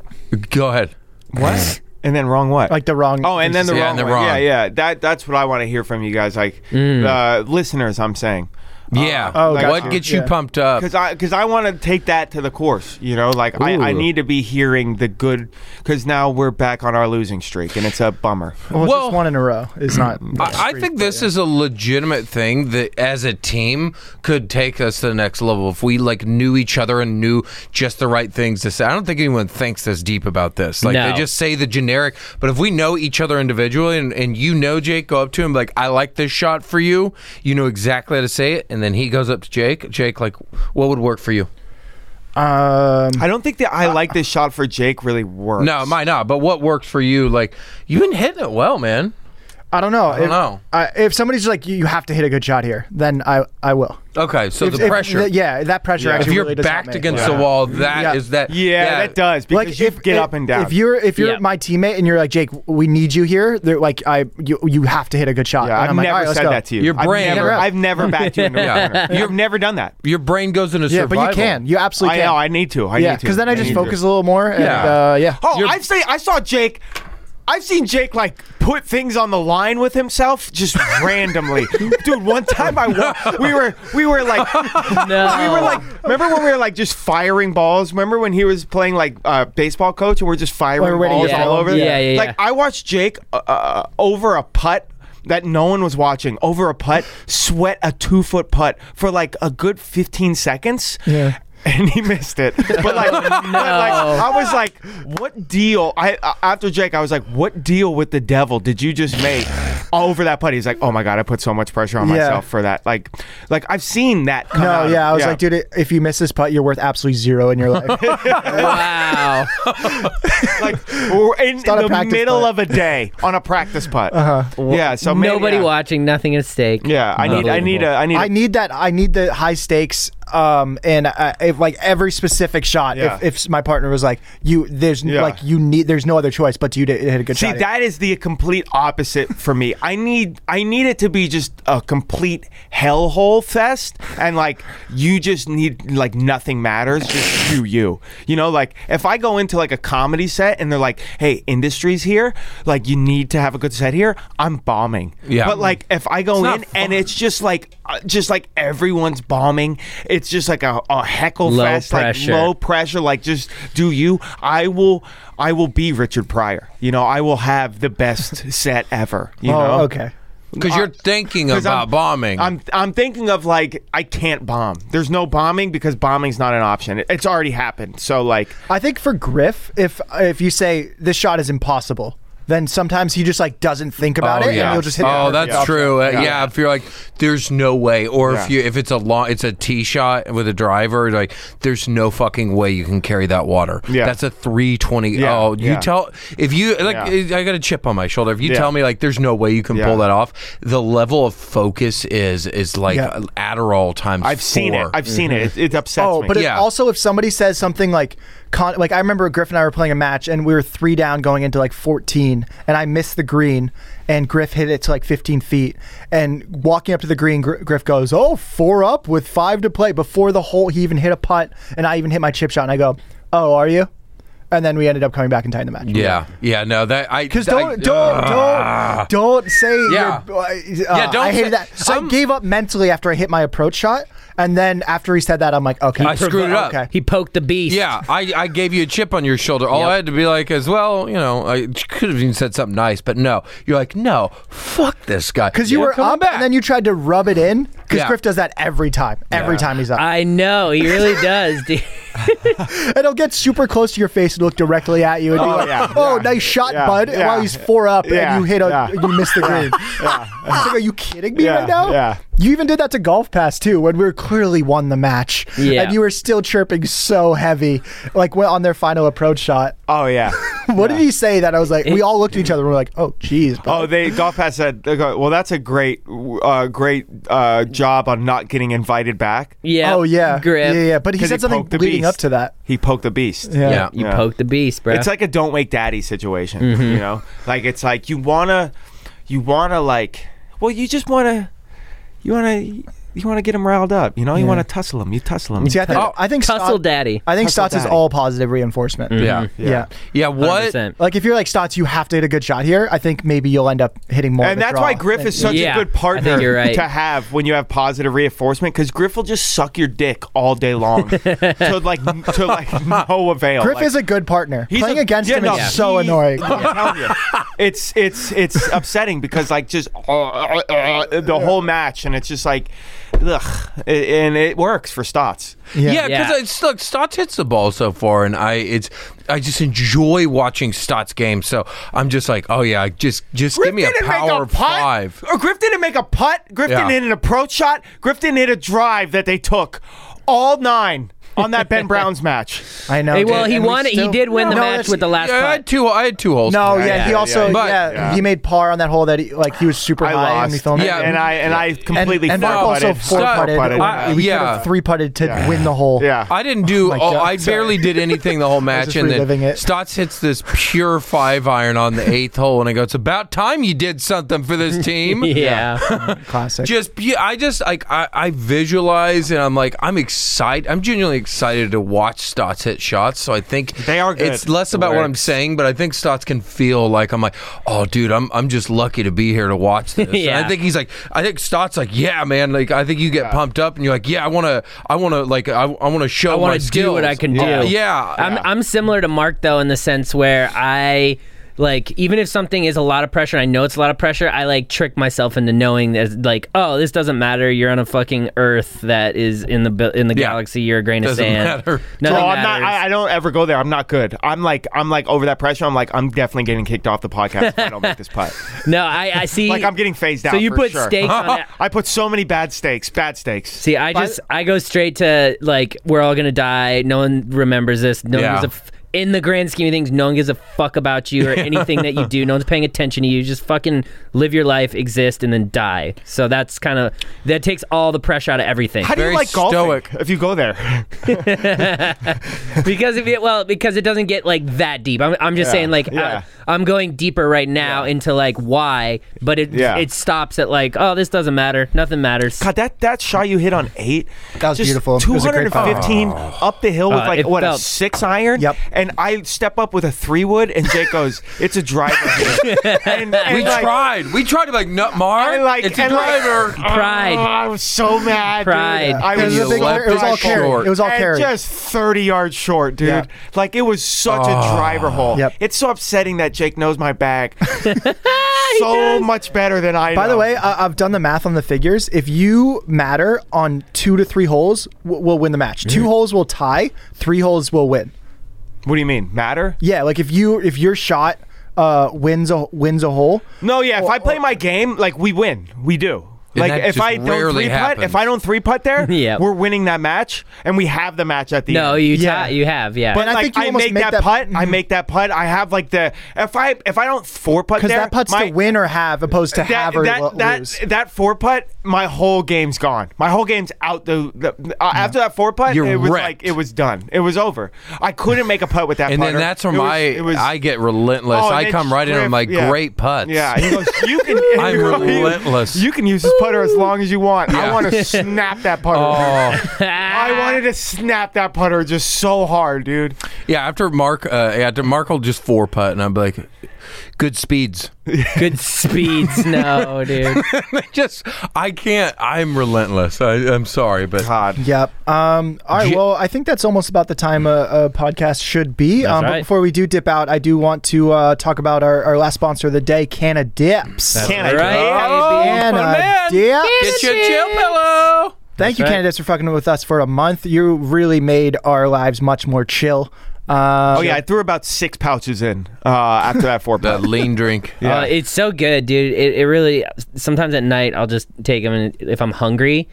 Speaker 2: Go ahead.
Speaker 3: (laughs)
Speaker 6: What? And then wrong what?
Speaker 3: Like the wrong.
Speaker 6: Oh, and then the
Speaker 2: Yeah,
Speaker 6: wrong.
Speaker 2: and the
Speaker 6: one.
Speaker 2: wrong.
Speaker 6: Yeah, yeah. That that's what I want to hear from you guys, like
Speaker 3: Mm.
Speaker 6: uh, listeners. I'm saying.
Speaker 2: Yeah.
Speaker 3: Oh, gotcha.
Speaker 2: Uh, what gets you
Speaker 3: Yeah.
Speaker 2: pumped up?
Speaker 6: Because I, cause I want to take that to the course, you know. Like I, I
Speaker 2: Ooh.
Speaker 6: need to be hearing the good, because now we're back on our losing streak, and it's a bummer.
Speaker 3: Well, it's
Speaker 2: Well-
Speaker 3: just one in a row. It's not.
Speaker 2: (clears throat) I, I think this is a legitimate thing that as a team could take us to the next level if we like knew each other and knew just the right things to say. I don't think anyone thinks this deep about this. Like
Speaker 5: No.
Speaker 2: they just say the generic, but if we know each other individually and, and you know Jake, go up to him like, I like this shot for you. You know exactly how to say it, and then he goes up to Jake. Jake, like, what would work for you?
Speaker 3: Um,
Speaker 6: I don't think that I like this shot for Jake really works.
Speaker 2: Uh, No, it might not, but what worked for you? Like you've been hitting it well, man.
Speaker 3: I don't know. I
Speaker 2: don't know.
Speaker 3: I, if somebody's like, you you have to hit a good shot here, then I, I will.
Speaker 2: Okay, so
Speaker 3: If-
Speaker 2: the
Speaker 3: if-
Speaker 2: pressure.
Speaker 3: th- yeah, that pressure.
Speaker 2: if
Speaker 3: actually
Speaker 2: you're
Speaker 3: really does help me.
Speaker 2: backed against
Speaker 3: Yeah.
Speaker 2: the wall, that
Speaker 3: Yeah.
Speaker 2: is that.
Speaker 6: Yeah, that does because
Speaker 3: Like
Speaker 6: you
Speaker 3: if
Speaker 6: get
Speaker 3: if-
Speaker 6: up and down.
Speaker 3: If you're if you're
Speaker 5: Yeah.
Speaker 3: my teammate and you're like Jake, we need you here. They're like I you you have to hit a good shot.
Speaker 6: yeah,
Speaker 3: And
Speaker 6: I've
Speaker 3: I'm like,
Speaker 6: never
Speaker 3: "All right, let's
Speaker 6: said
Speaker 3: go."
Speaker 6: that to you.
Speaker 2: Your brain-
Speaker 6: I've never,
Speaker 2: Yeah.
Speaker 6: I've never backed you into a
Speaker 2: (laughs) Yeah.
Speaker 6: corner. You've never done that.
Speaker 2: Your brain goes into
Speaker 3: Yeah,
Speaker 2: survival.
Speaker 3: but you can. You absolutely
Speaker 6: I
Speaker 3: can.
Speaker 6: know. I need to. I
Speaker 3: yeah,
Speaker 6: need to.
Speaker 3: because then I just
Speaker 6: need to.
Speaker 3: focus a little more. And,
Speaker 2: Yeah.
Speaker 3: yeah, uh, yeah.
Speaker 6: Oh,
Speaker 2: You're-
Speaker 6: I've seen. I saw Jake. I've seen Jake like put things on the line with himself just
Speaker 3: (laughs)
Speaker 6: randomly, dude. One time I wa- we were we were like
Speaker 5: No.
Speaker 6: we
Speaker 3: Oh.
Speaker 6: were like remember when we were like just firing balls? Remember when he was playing like uh, baseball coach and we're just
Speaker 3: We
Speaker 6: firing
Speaker 3: were waiting
Speaker 6: balls
Speaker 5: to
Speaker 6: all
Speaker 5: go.
Speaker 6: over?
Speaker 5: Yeah, yeah,
Speaker 6: Like
Speaker 5: yeah.
Speaker 6: I watched Jake uh, uh, over a putt. That no one was watching over a putt, sweat a two foot putt for like a good 15 seconds.
Speaker 3: Yeah.
Speaker 6: And he missed it. But
Speaker 3: (laughs)
Speaker 6: like, but, like, I was like, what deal? I uh, After Jake, I was like, what deal with the devil did you just make over that putt? He's like, oh my God, I put so much pressure on
Speaker 3: Yeah.
Speaker 6: myself for that. Like, like I've seen that come
Speaker 3: No,
Speaker 6: out.
Speaker 3: Oh, yeah, I was like, dude, i- if you miss this putt, you're worth absolutely zero in your life.
Speaker 6: (laughs)
Speaker 2: (laughs)
Speaker 5: wow.
Speaker 6: like we're in,
Speaker 3: not a
Speaker 6: the
Speaker 3: practice
Speaker 6: middle
Speaker 3: putt.
Speaker 6: of a day on a practice putt. Yeah, so maybe,
Speaker 5: Nobody
Speaker 6: yeah.
Speaker 5: watching, nothing at stake.
Speaker 6: Yeah, I need, I need a, I need, a-
Speaker 3: I need that. I need the high stakes. Um, and uh, if like every specific shot,
Speaker 6: Yeah.
Speaker 3: if, if my partner was like, you, there's n
Speaker 6: Yeah.
Speaker 3: like you need, there's no other choice but to you to hit a good
Speaker 6: See,
Speaker 3: shot.
Speaker 6: that is the complete opposite for me. I need I need it to be just a complete hellhole fest, and like you just need like nothing matters, just you, you. You know, like if I go into like a comedy set and they're like, "Hey, industry's here, like you need to have a good set here," I'm bombing.
Speaker 2: Yeah.
Speaker 6: But like if I go
Speaker 2: not
Speaker 6: in and it's just like uh, just like everyone's bombing, it's just like a, a heckle
Speaker 5: Low
Speaker 6: fest,
Speaker 5: pressure.
Speaker 6: like low pressure like just do you i will i will be richard pryor you know i will have
Speaker 3: (laughs)
Speaker 6: the best set ever you
Speaker 3: oh,
Speaker 6: know
Speaker 3: okay.
Speaker 2: Because you're thinking
Speaker 6: 'Cause
Speaker 2: about
Speaker 6: I'm-
Speaker 2: bombing.
Speaker 6: I'm I'm thinking of like I can't bomb. There's no bombing because bombing's not an option. It- It's already happened. So like
Speaker 3: I think for Griff, if if you say this shot is impossible, then sometimes he just like doesn't think about it, and
Speaker 2: yeah.
Speaker 3: he'll just hit. the
Speaker 2: oh,
Speaker 3: perfect
Speaker 2: that's
Speaker 3: option.
Speaker 2: true. Uh, Yeah. if you're like, there's no way, or if
Speaker 6: Yeah.
Speaker 2: you if it's a long, it's a tee shot with a driver, like there's no fucking way you can carry that water.
Speaker 6: Yeah.
Speaker 2: that's a three twenty.
Speaker 6: Yeah,
Speaker 2: Oh, you
Speaker 6: yeah.
Speaker 2: tell if you like,
Speaker 6: Yeah.
Speaker 2: I got a chip on my shoulder. If you
Speaker 6: Yeah.
Speaker 2: tell me like, there's no way you can
Speaker 6: Yeah.
Speaker 2: pull that off, the level of focus is is like
Speaker 3: Yeah.
Speaker 2: Adderall times.
Speaker 6: I've seen it.
Speaker 2: four.
Speaker 6: I've seen it. It, it upsets
Speaker 3: Oh,
Speaker 6: me.
Speaker 3: but it-
Speaker 2: Yeah.
Speaker 3: also if somebody says something like, con- like I remember Griff and I were playing a match and we were three down going into like 14, and I missed the green, and Griff hit it to like 15 feet, and walking up to the green, Gr- Griff goes, "Oh, four up with five to play." Before the hole, he even hit a putt, and I even hit my chip shot, and I go, "Oh, are you?" And then we ended up coming back and tying the match.
Speaker 2: yeah, yeah. No, that uh, I
Speaker 3: Because
Speaker 2: I- ah.
Speaker 3: don't don't don't don't say
Speaker 2: Yeah.
Speaker 3: you're- uh,
Speaker 2: Yeah, don't
Speaker 3: I hated
Speaker 2: say-
Speaker 3: that.
Speaker 2: some-
Speaker 3: I gave up mentally after I hit my approach shot, and then after he said that, I'm like, okay,
Speaker 2: I screwed it up.
Speaker 3: Okay.
Speaker 5: He poked the beast.
Speaker 2: Yeah, I, I gave you a chip on your shoulder. All I had to be like, as well, you know, I could have even said something nice, but no. You're like, no, fuck this guy.
Speaker 3: Because you
Speaker 2: Yeah,
Speaker 3: were
Speaker 2: come
Speaker 3: up,
Speaker 2: back.
Speaker 3: and then you tried to rub it in. Because
Speaker 2: Yeah.
Speaker 3: Griff does that every time. Every time he's up,
Speaker 5: I know. He
Speaker 6: (laughs)
Speaker 5: really does, dude. (laughs)
Speaker 3: and he'll get super cllose to your face and look directly at you, and be like,
Speaker 6: yeah,
Speaker 3: "Oh,
Speaker 6: yeah,
Speaker 3: nice shot,
Speaker 6: yeah,
Speaker 3: bud!" And
Speaker 6: yeah.
Speaker 3: while he's four up,
Speaker 6: Yeah,
Speaker 3: and you hit a,
Speaker 6: yeah.
Speaker 3: you miss the green. (laughs) It's like, are you kidding me
Speaker 6: Yeah,
Speaker 3: right now?
Speaker 6: yeah.
Speaker 3: You even did that to golf pass too, when we were clearly won the match,
Speaker 5: Yeah.
Speaker 3: and you were still chirping so heavy, like went on their final approach shot. (laughs)
Speaker 6: oh yeah.
Speaker 3: What did he say? That I was like, we all looked at each other, and we're like, "Oh, jeez."
Speaker 6: Oh,
Speaker 3: bud."
Speaker 6: they golf pass said. they go, Well, that's a great, uh, great uh, job on not getting invited back.
Speaker 5: Yeah.
Speaker 3: oh yeah,
Speaker 5: Grip.
Speaker 3: yeah, yeah. But he
Speaker 6: 'Cause
Speaker 3: said something
Speaker 6: poked the
Speaker 3: leading
Speaker 6: beast.
Speaker 3: up to that.
Speaker 6: He poked the beast.
Speaker 3: Yeah.
Speaker 2: Yeah.
Speaker 5: You
Speaker 6: Yeah.
Speaker 5: poked the beast, bro.
Speaker 6: It's like a don't wake daddy situation,
Speaker 3: Mm-hmm.
Speaker 6: you know? Like it's like you wanna you wanna like well you just wanna you wanna you want to get them riled up. You know, you want to tussle them. You tussle them.
Speaker 3: See, I think, I think
Speaker 7: Tussle
Speaker 3: Stotts-
Speaker 7: daddy.
Speaker 3: I think
Speaker 6: Tussle
Speaker 3: Stotts is
Speaker 6: daddy.
Speaker 3: all positive reinforcement.
Speaker 2: Yeah.
Speaker 3: yeah.
Speaker 2: Yeah, what?
Speaker 5: 100%.
Speaker 3: Like if you're like Stotts, you have to hit a good shot here. I think maybe you'll end up hitting more. of
Speaker 6: And
Speaker 3: a
Speaker 6: that's
Speaker 3: draw
Speaker 6: why Griff
Speaker 3: than-
Speaker 6: is such
Speaker 5: Yeah,
Speaker 6: a good
Speaker 5: I
Speaker 6: partner
Speaker 5: think you're right.
Speaker 6: to have when you have positive reinforcement because Griff will just suck your dick all
Speaker 3: (laughs)
Speaker 6: day long to like to like no avail.
Speaker 3: Griff
Speaker 6: Like,
Speaker 3: is a good partner.
Speaker 6: he's
Speaker 3: Playing
Speaker 6: a-
Speaker 3: against
Speaker 6: yeah,
Speaker 3: him
Speaker 6: no,
Speaker 3: is so
Speaker 6: he- (laughs)
Speaker 3: annoying.
Speaker 6: I'm telling you. it's
Speaker 3: (laughs)
Speaker 6: it's it's upsetting because like just uh, uh, uh, the whole match and it's just like ugh, and it works for Stotts.
Speaker 5: Yeah.
Speaker 2: Yeah, because it's look, Stotts hits the ball so far, and I it's I just enjoy watching Stotts games. So I'm just like, oh yeah, just just give me a
Speaker 6: didn't make
Speaker 2: power
Speaker 6: putt,
Speaker 2: five.
Speaker 6: Or Griff didn't make a putt. Griff
Speaker 2: Yeah.
Speaker 6: didn't hit an approach shot. Griff didn't hit a drive that they took. All nine on
Speaker 3: (laughs)
Speaker 6: that Ben Browns match.
Speaker 3: I know.
Speaker 5: Hey, well,
Speaker 3: dude,
Speaker 5: he
Speaker 3: and we
Speaker 5: won it. He
Speaker 3: still-
Speaker 5: did win the
Speaker 3: No,
Speaker 5: match
Speaker 3: that's-
Speaker 5: with the last
Speaker 2: Yeah, I
Speaker 5: putt.
Speaker 2: had two. I had two holes.
Speaker 3: No,
Speaker 2: tonight.
Speaker 3: yeah,
Speaker 6: yeah,
Speaker 3: he
Speaker 6: yeah,
Speaker 3: also yeah,
Speaker 6: yeah.
Speaker 2: But-
Speaker 3: he made par on that hole that he, like he was super
Speaker 6: I
Speaker 3: high and
Speaker 6: lost.
Speaker 3: he filmed
Speaker 2: Um, Yeah.
Speaker 3: it.
Speaker 6: and I and I completely
Speaker 3: and
Speaker 6: four
Speaker 3: Mark also
Speaker 6: putted.
Speaker 3: four
Speaker 2: Stop.
Speaker 3: putted.
Speaker 6: Four-putted.
Speaker 2: I-
Speaker 3: he
Speaker 2: yeah.
Speaker 3: could have three putted to win the hole.
Speaker 6: Yeah.
Speaker 2: I didn't do.
Speaker 3: my
Speaker 2: oh,
Speaker 3: God,
Speaker 2: I
Speaker 3: sorry.
Speaker 2: barely did anything
Speaker 3: (laughs)
Speaker 2: the whole match,
Speaker 3: just
Speaker 2: and
Speaker 3: reliving
Speaker 2: then
Speaker 3: it.
Speaker 2: Stotts hits this pure five iron on the eighth hole, and I go, "It's about time you did something
Speaker 3: (laughs)
Speaker 2: for this team."
Speaker 5: yeah.
Speaker 3: Classic.
Speaker 2: Just, be- I just like I, I visualize, and I'm like, I'm excited. I'm genuinely excited to watch Stotts hit shots. So I think
Speaker 6: They are good.
Speaker 2: It's less about what I'm saying, but I think Stotts can feel like I'm like, oh, dude, I'm I'm just lucky to be here to watch
Speaker 5: (laughs)
Speaker 2: this. And
Speaker 5: Yeah.
Speaker 2: I think he's like, I think Stotts like, yeah, man. Like I think you get pumped up, and you're like, yeah, I want to, I want to, like, I, I want to show
Speaker 5: I
Speaker 2: my
Speaker 5: want to do what
Speaker 2: skills."
Speaker 5: I can do.
Speaker 2: Yeah. Yeah.
Speaker 5: I'm, I'm similar to Mark though in the sense where I like even if something is a lot of pressure, I know it's a lot of pressure. I like trick myself into knowing that like, oh, this doesn't matter. You're on a fucking Earth that is in the bu- in the
Speaker 2: Yeah.
Speaker 5: galaxy. You're a grain
Speaker 2: Doesn't
Speaker 5: of sand.
Speaker 2: matter.
Speaker 5: Nothing
Speaker 6: No, I'm not.
Speaker 5: matters.
Speaker 6: I, I don't ever go there. I'm not good. I'm like, I'm like over that pressure. I'm like, I'm definitely getting kicked off the podcast if I don't make this putt.
Speaker 3: (laughs)
Speaker 5: no, I, I see.
Speaker 6: (laughs) Like, I'm getting phased out.
Speaker 5: So you
Speaker 6: for
Speaker 5: put
Speaker 6: sure.
Speaker 5: stakes
Speaker 6: (laughs)
Speaker 5: on it.
Speaker 6: I put so many bad stakes. Bad stakes.
Speaker 5: See, I just I go straight to like we're all gonna die. No one remembers this. No
Speaker 2: Yeah.
Speaker 5: one gives a f- in the grand scheme of things. No one gives a fuck about
Speaker 6: (laughs)
Speaker 5: you or anything that you do. No one's paying attention to you. Just fucking live your life, exist, and then die. So that's kind of that takes all the pressure out of everything.
Speaker 6: How do
Speaker 2: Very
Speaker 6: you like golfing
Speaker 2: stoic.
Speaker 6: if you go there?
Speaker 5: because if it well because it doesn't get like that deep. I'm, I'm just saying like
Speaker 6: yeah.
Speaker 5: I, am going deeper right now into like why, but it
Speaker 6: Yeah.
Speaker 5: it stops at like oh this doesn't matter. Nothing matters.
Speaker 6: God, that that shot you hit on eight.
Speaker 3: That was
Speaker 6: just
Speaker 3: beautiful. It was a great putt.
Speaker 6: 215 up the hill with
Speaker 5: Uh,
Speaker 6: like
Speaker 5: it
Speaker 6: what a
Speaker 5: felt-
Speaker 6: six iron.
Speaker 3: Yep.
Speaker 6: And I step up with a three wood, and Jake goes, "It's a driver."
Speaker 5: (laughs)
Speaker 6: here." and, and
Speaker 2: we
Speaker 6: like,
Speaker 2: tried. We tried to be like, nut Mark.
Speaker 6: I like
Speaker 2: it's a
Speaker 6: and like-
Speaker 2: driver.
Speaker 5: Pride.
Speaker 6: Oh, I was so mad. dude.
Speaker 5: Pride.
Speaker 6: I
Speaker 3: it
Speaker 6: was
Speaker 3: was, a
Speaker 2: you
Speaker 3: big,
Speaker 2: left
Speaker 3: it was all
Speaker 2: it
Speaker 3: carried.
Speaker 2: short.
Speaker 3: It was all
Speaker 6: and
Speaker 3: carried.
Speaker 6: just 30 yards short, dude.
Speaker 3: Yeah. Ah.
Speaker 6: Like, it was such a driver hole.
Speaker 3: Yep.
Speaker 6: It's so upsetting that Jake knows my
Speaker 2: (laughs)
Speaker 6: bag so much better than I
Speaker 3: By
Speaker 6: know.
Speaker 3: the way, I, I've done the math on the figures. If you matter on two to three holes, w- we'll win the match.
Speaker 6: Mm-hmm.
Speaker 3: Two holes will tie. Three holes will win.
Speaker 6: what do you mean? Matter?
Speaker 3: Yeah, like if you if your shot uh, wins a wins a hole,
Speaker 6: No, yeah. If I play my game, like we win, we do.
Speaker 2: And
Speaker 6: Like
Speaker 2: that
Speaker 6: if
Speaker 2: just
Speaker 6: I don't
Speaker 2: rarely
Speaker 6: three putt,
Speaker 2: happens.
Speaker 6: if I don't three
Speaker 2: (laughs)
Speaker 6: putt there,
Speaker 5: Yeah.
Speaker 6: we're winning that match, and we have the match at the
Speaker 5: no,
Speaker 6: end.
Speaker 5: you
Speaker 3: Yeah.
Speaker 5: yeah. you have yeah.
Speaker 3: But- And I
Speaker 6: like,
Speaker 3: think you almost
Speaker 6: make,
Speaker 3: make
Speaker 6: that,
Speaker 3: that- Mm-hmm.
Speaker 6: putt. I make that putt. I have like the if I if I don't four putt
Speaker 3: because
Speaker 6: there,
Speaker 3: that putt's
Speaker 6: my,
Speaker 3: to win or have, opposed to
Speaker 6: That
Speaker 3: have or
Speaker 6: that
Speaker 3: lo-
Speaker 6: that,
Speaker 3: lose.
Speaker 6: that four putt, my whole game's gone. My whole game's out. The, the uh, after that four putt,
Speaker 2: You're
Speaker 6: it was
Speaker 2: wrecked.
Speaker 6: like it was done. It was over. I couldn't make a putt with that.
Speaker 2: And then
Speaker 6: putter.
Speaker 2: that's where
Speaker 6: It was-
Speaker 2: my
Speaker 6: it was-
Speaker 2: I get relentless.
Speaker 6: Oh, and
Speaker 2: I
Speaker 6: then
Speaker 2: come right in. and I'm like,
Speaker 6: Griff- yeah.
Speaker 2: great putts.
Speaker 6: Yeah, he goes, you can. and
Speaker 2: I'm
Speaker 6: he goes,
Speaker 2: relentless.
Speaker 6: You can use this putter as long as you want. I
Speaker 2: Yeah.
Speaker 6: want to snap that putter.
Speaker 2: (laughs)
Speaker 5: (laughs)
Speaker 2: Oh
Speaker 6: I wanted to snap that putter just so hard, dude.
Speaker 2: (laughs) yeah, after Mark, uh, after Mark will just four putt, and I'm like, good speeds. (laughs)
Speaker 5: Good speeds,
Speaker 6: (laughs)
Speaker 5: no, dude.
Speaker 2: just I can't. I'm relentless. I, I'm sorry, but
Speaker 6: God.
Speaker 3: Yep. Um, all right.
Speaker 2: J-
Speaker 3: Well, I think that's almost about the time a, a podcast should be. Um, But
Speaker 5: right.
Speaker 3: before we do dip out, I do want to uh, talk about our, our last sponsor of the day, Canna Dips.
Speaker 6: Can I?
Speaker 5: All right,
Speaker 6: Oh,
Speaker 3: Canna
Speaker 5: Uh,
Speaker 3: Dips.
Speaker 2: get your chill pillow.
Speaker 3: Thank you,
Speaker 5: right.
Speaker 3: Canna Dips, for fucking with us for a month. You really made our lives much more chill. Uh,
Speaker 6: Oh yeah, I threw about six pouches in uh, after that four
Speaker 2: (laughs) That
Speaker 6: putt.
Speaker 2: lean
Speaker 6: (laughs)
Speaker 2: drink.
Speaker 5: Uh, it's so good, dude. It, it really. Sometimes at night, I'll just take them and if I'm hungry,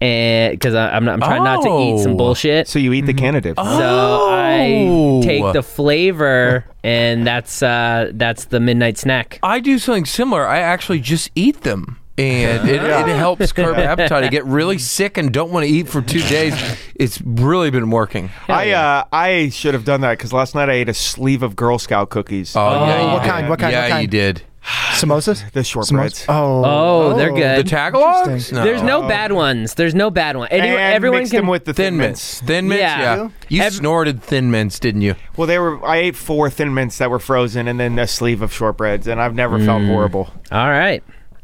Speaker 5: and because I'm not, I'm trying not to eat
Speaker 2: Oh.
Speaker 5: some bullshit. So,
Speaker 6: so you eat
Speaker 2: Mm-hmm.
Speaker 6: the candidate.
Speaker 5: I
Speaker 2: Oh.
Speaker 5: take the flavor, and that's uh that's the midnight snack.
Speaker 2: I do something similar. I actually just eat them. And it, it helps curb appetite. I get really sick and don't want to eat for two days. It's really been working.
Speaker 6: I uh, I should have done that because last night I ate a sleeve of Girl Scout cookies.
Speaker 2: Oh, yeah, you
Speaker 3: what
Speaker 2: did.
Speaker 3: kind, what kind,
Speaker 2: Yeah,
Speaker 3: what kind?
Speaker 2: you did.
Speaker 3: Samosas?
Speaker 6: The shortbreads.
Speaker 3: Samos- Oh,
Speaker 5: Oh, they're
Speaker 2: The
Speaker 5: good.
Speaker 2: tagalogs?
Speaker 3: Interesting.
Speaker 2: No.
Speaker 5: There's no bad ones. There's no bad one. Any-
Speaker 6: Oh. and
Speaker 5: everyone
Speaker 6: mixed
Speaker 5: can
Speaker 6: them with the
Speaker 2: Thin mints. Thin mints, yeah.
Speaker 5: Yeah.
Speaker 2: You
Speaker 5: Ev-
Speaker 2: snorted thin mints, didn't you?
Speaker 6: Well, they were. I ate four thin mints that were frozen, and then a sleeve of shortbreads, and I've never felt horrible.
Speaker 5: All right.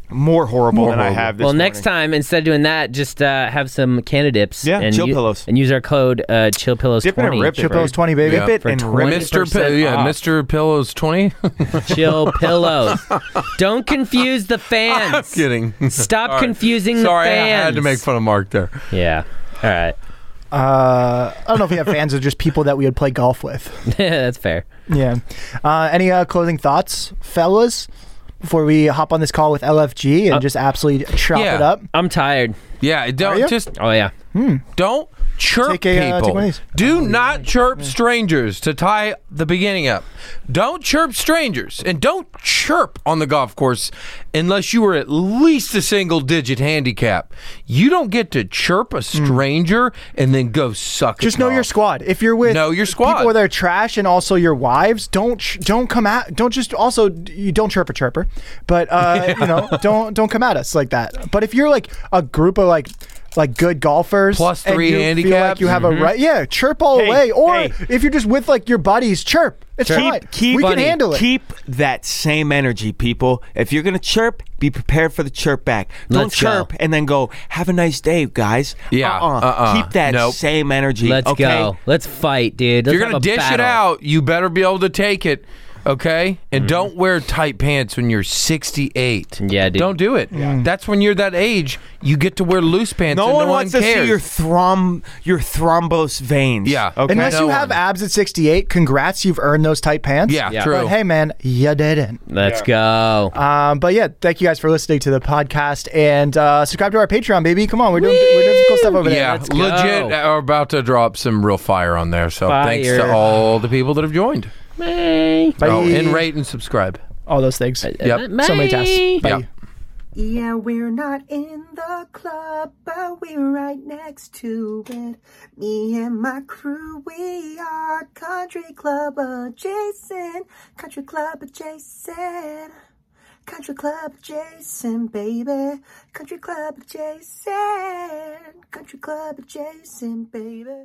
Speaker 6: More horrible than
Speaker 2: horrible.
Speaker 6: I have. This
Speaker 5: Well, next
Speaker 6: morning.
Speaker 5: time instead of doing that, just uh, have some Canada dips.
Speaker 6: Yeah,
Speaker 5: and
Speaker 6: chill
Speaker 5: u-
Speaker 6: pillows.
Speaker 5: And use our code uh, chill pillows
Speaker 6: Dip it and
Speaker 5: twenty.
Speaker 6: rip it.
Speaker 3: Chip O's 20, baby.
Speaker 2: Yeah.
Speaker 6: Rip it
Speaker 5: For
Speaker 6: and
Speaker 5: 20.
Speaker 6: rip it.
Speaker 2: Mr. P-
Speaker 5: 20%
Speaker 2: yeah,
Speaker 5: off.
Speaker 2: Mr. Pillows (laughs) 20?
Speaker 5: Chill pillows. Don't confuse the fans.
Speaker 2: (laughs) I'm kidding.
Speaker 5: Stop
Speaker 2: All right.
Speaker 5: confusing
Speaker 2: Sorry,
Speaker 5: the fans.
Speaker 2: I had to make fun of Mark there.
Speaker 5: Yeah. All right. (laughs)
Speaker 3: Uh, I don't know if we have fans or just people that we would play golf with.
Speaker 5: That's fair.
Speaker 3: (laughs) Yeah. Uh, any uh, closing thoughts, fellas, before we hop on this call with LFG and just absolutely chop
Speaker 2: Uh, yeah.
Speaker 3: it up?
Speaker 5: I'm tired.
Speaker 2: Yeah, don't
Speaker 3: you?
Speaker 2: just
Speaker 5: Oh yeah.
Speaker 2: don't chirp
Speaker 3: Take a, uh, take
Speaker 2: people.
Speaker 3: one of these.
Speaker 2: Do not chirp strangers to tie the beginning up. Don't chirp strangers and don't chirp on the golf course unless you are at least a single digit handicap. You don't get to chirp a stranger and then go suck.
Speaker 3: Hmm. Just
Speaker 2: it
Speaker 3: know your
Speaker 2: off.
Speaker 3: squad. If you're with
Speaker 2: Know your squad.
Speaker 3: people that are trash, and also your wives, don't ch- don't come at. Don't just also you don't chirp a chirper, but
Speaker 2: (laughs)
Speaker 3: uh, you know don't don't come at us like that. But if you're like a group of like like good golfers,
Speaker 2: Plus
Speaker 3: and
Speaker 2: three
Speaker 3: you feel like
Speaker 2: handicaps. Mm-hmm.
Speaker 3: you have a right, yeah, chirp all
Speaker 6: Hey,
Speaker 3: the way. Or
Speaker 6: hey.
Speaker 3: if you're just with like your buddies, chirp. It's fine.
Speaker 6: Keep, keep
Speaker 3: we
Speaker 6: funny.
Speaker 3: can handle it.
Speaker 6: Keep that same energy, people. If you're gonna chirp, be prepared for the chirp back. Don't
Speaker 5: Let's go.
Speaker 6: chirp and then go. Have a nice day, guys.
Speaker 2: Yeah,
Speaker 6: Uh-uh.
Speaker 2: uh-uh.
Speaker 6: Keep that
Speaker 2: Nope.
Speaker 6: same energy.
Speaker 5: Let's
Speaker 6: okay?
Speaker 5: go. Let's fight, dude. Let's
Speaker 2: If you're gonna
Speaker 5: have a
Speaker 2: dish it
Speaker 5: battle.
Speaker 2: out, you better be able to take it. Okay, and don't wear tight pants when you're 68.
Speaker 5: Yeah, dude. Mm.
Speaker 2: Don't do it. That's when you're that age. You get to wear loose pants.
Speaker 6: No
Speaker 2: and
Speaker 6: one
Speaker 2: no
Speaker 6: wants
Speaker 2: one
Speaker 6: to
Speaker 2: cares.
Speaker 6: see your throm your thrombos veins.
Speaker 2: Yeah.
Speaker 6: Okay.
Speaker 3: Unless
Speaker 2: No
Speaker 3: you have
Speaker 2: one.
Speaker 3: abs at 68, congrats, you've earned those tight pants.
Speaker 2: Yeah,
Speaker 5: Yeah.
Speaker 2: true.
Speaker 3: But hey, man, you didn't.
Speaker 5: Let's go.
Speaker 3: Um, but yeah, thank you guys for listening to the podcast and uh, subscribe to our Patreon, baby. Come on, we're doing, we're doing some cool stuff over there.
Speaker 2: yeah,
Speaker 5: let's go.
Speaker 2: legit uh, are about to drop some real fire on there. So thanks to
Speaker 5: Fire.
Speaker 2: all the people that have joined.
Speaker 3: Bye.
Speaker 2: Oh, and rate and subscribe.
Speaker 3: All those things.
Speaker 2: Yep.
Speaker 3: So many tasks. Bye.
Speaker 2: Yeah.
Speaker 1: Yeah, we're not in the club, but we're right next to it. Me and my crew, we are country club adjacent. Country club adjacent. Country club adjacent, baby. Country club adjacent. Country club adjacent, baby.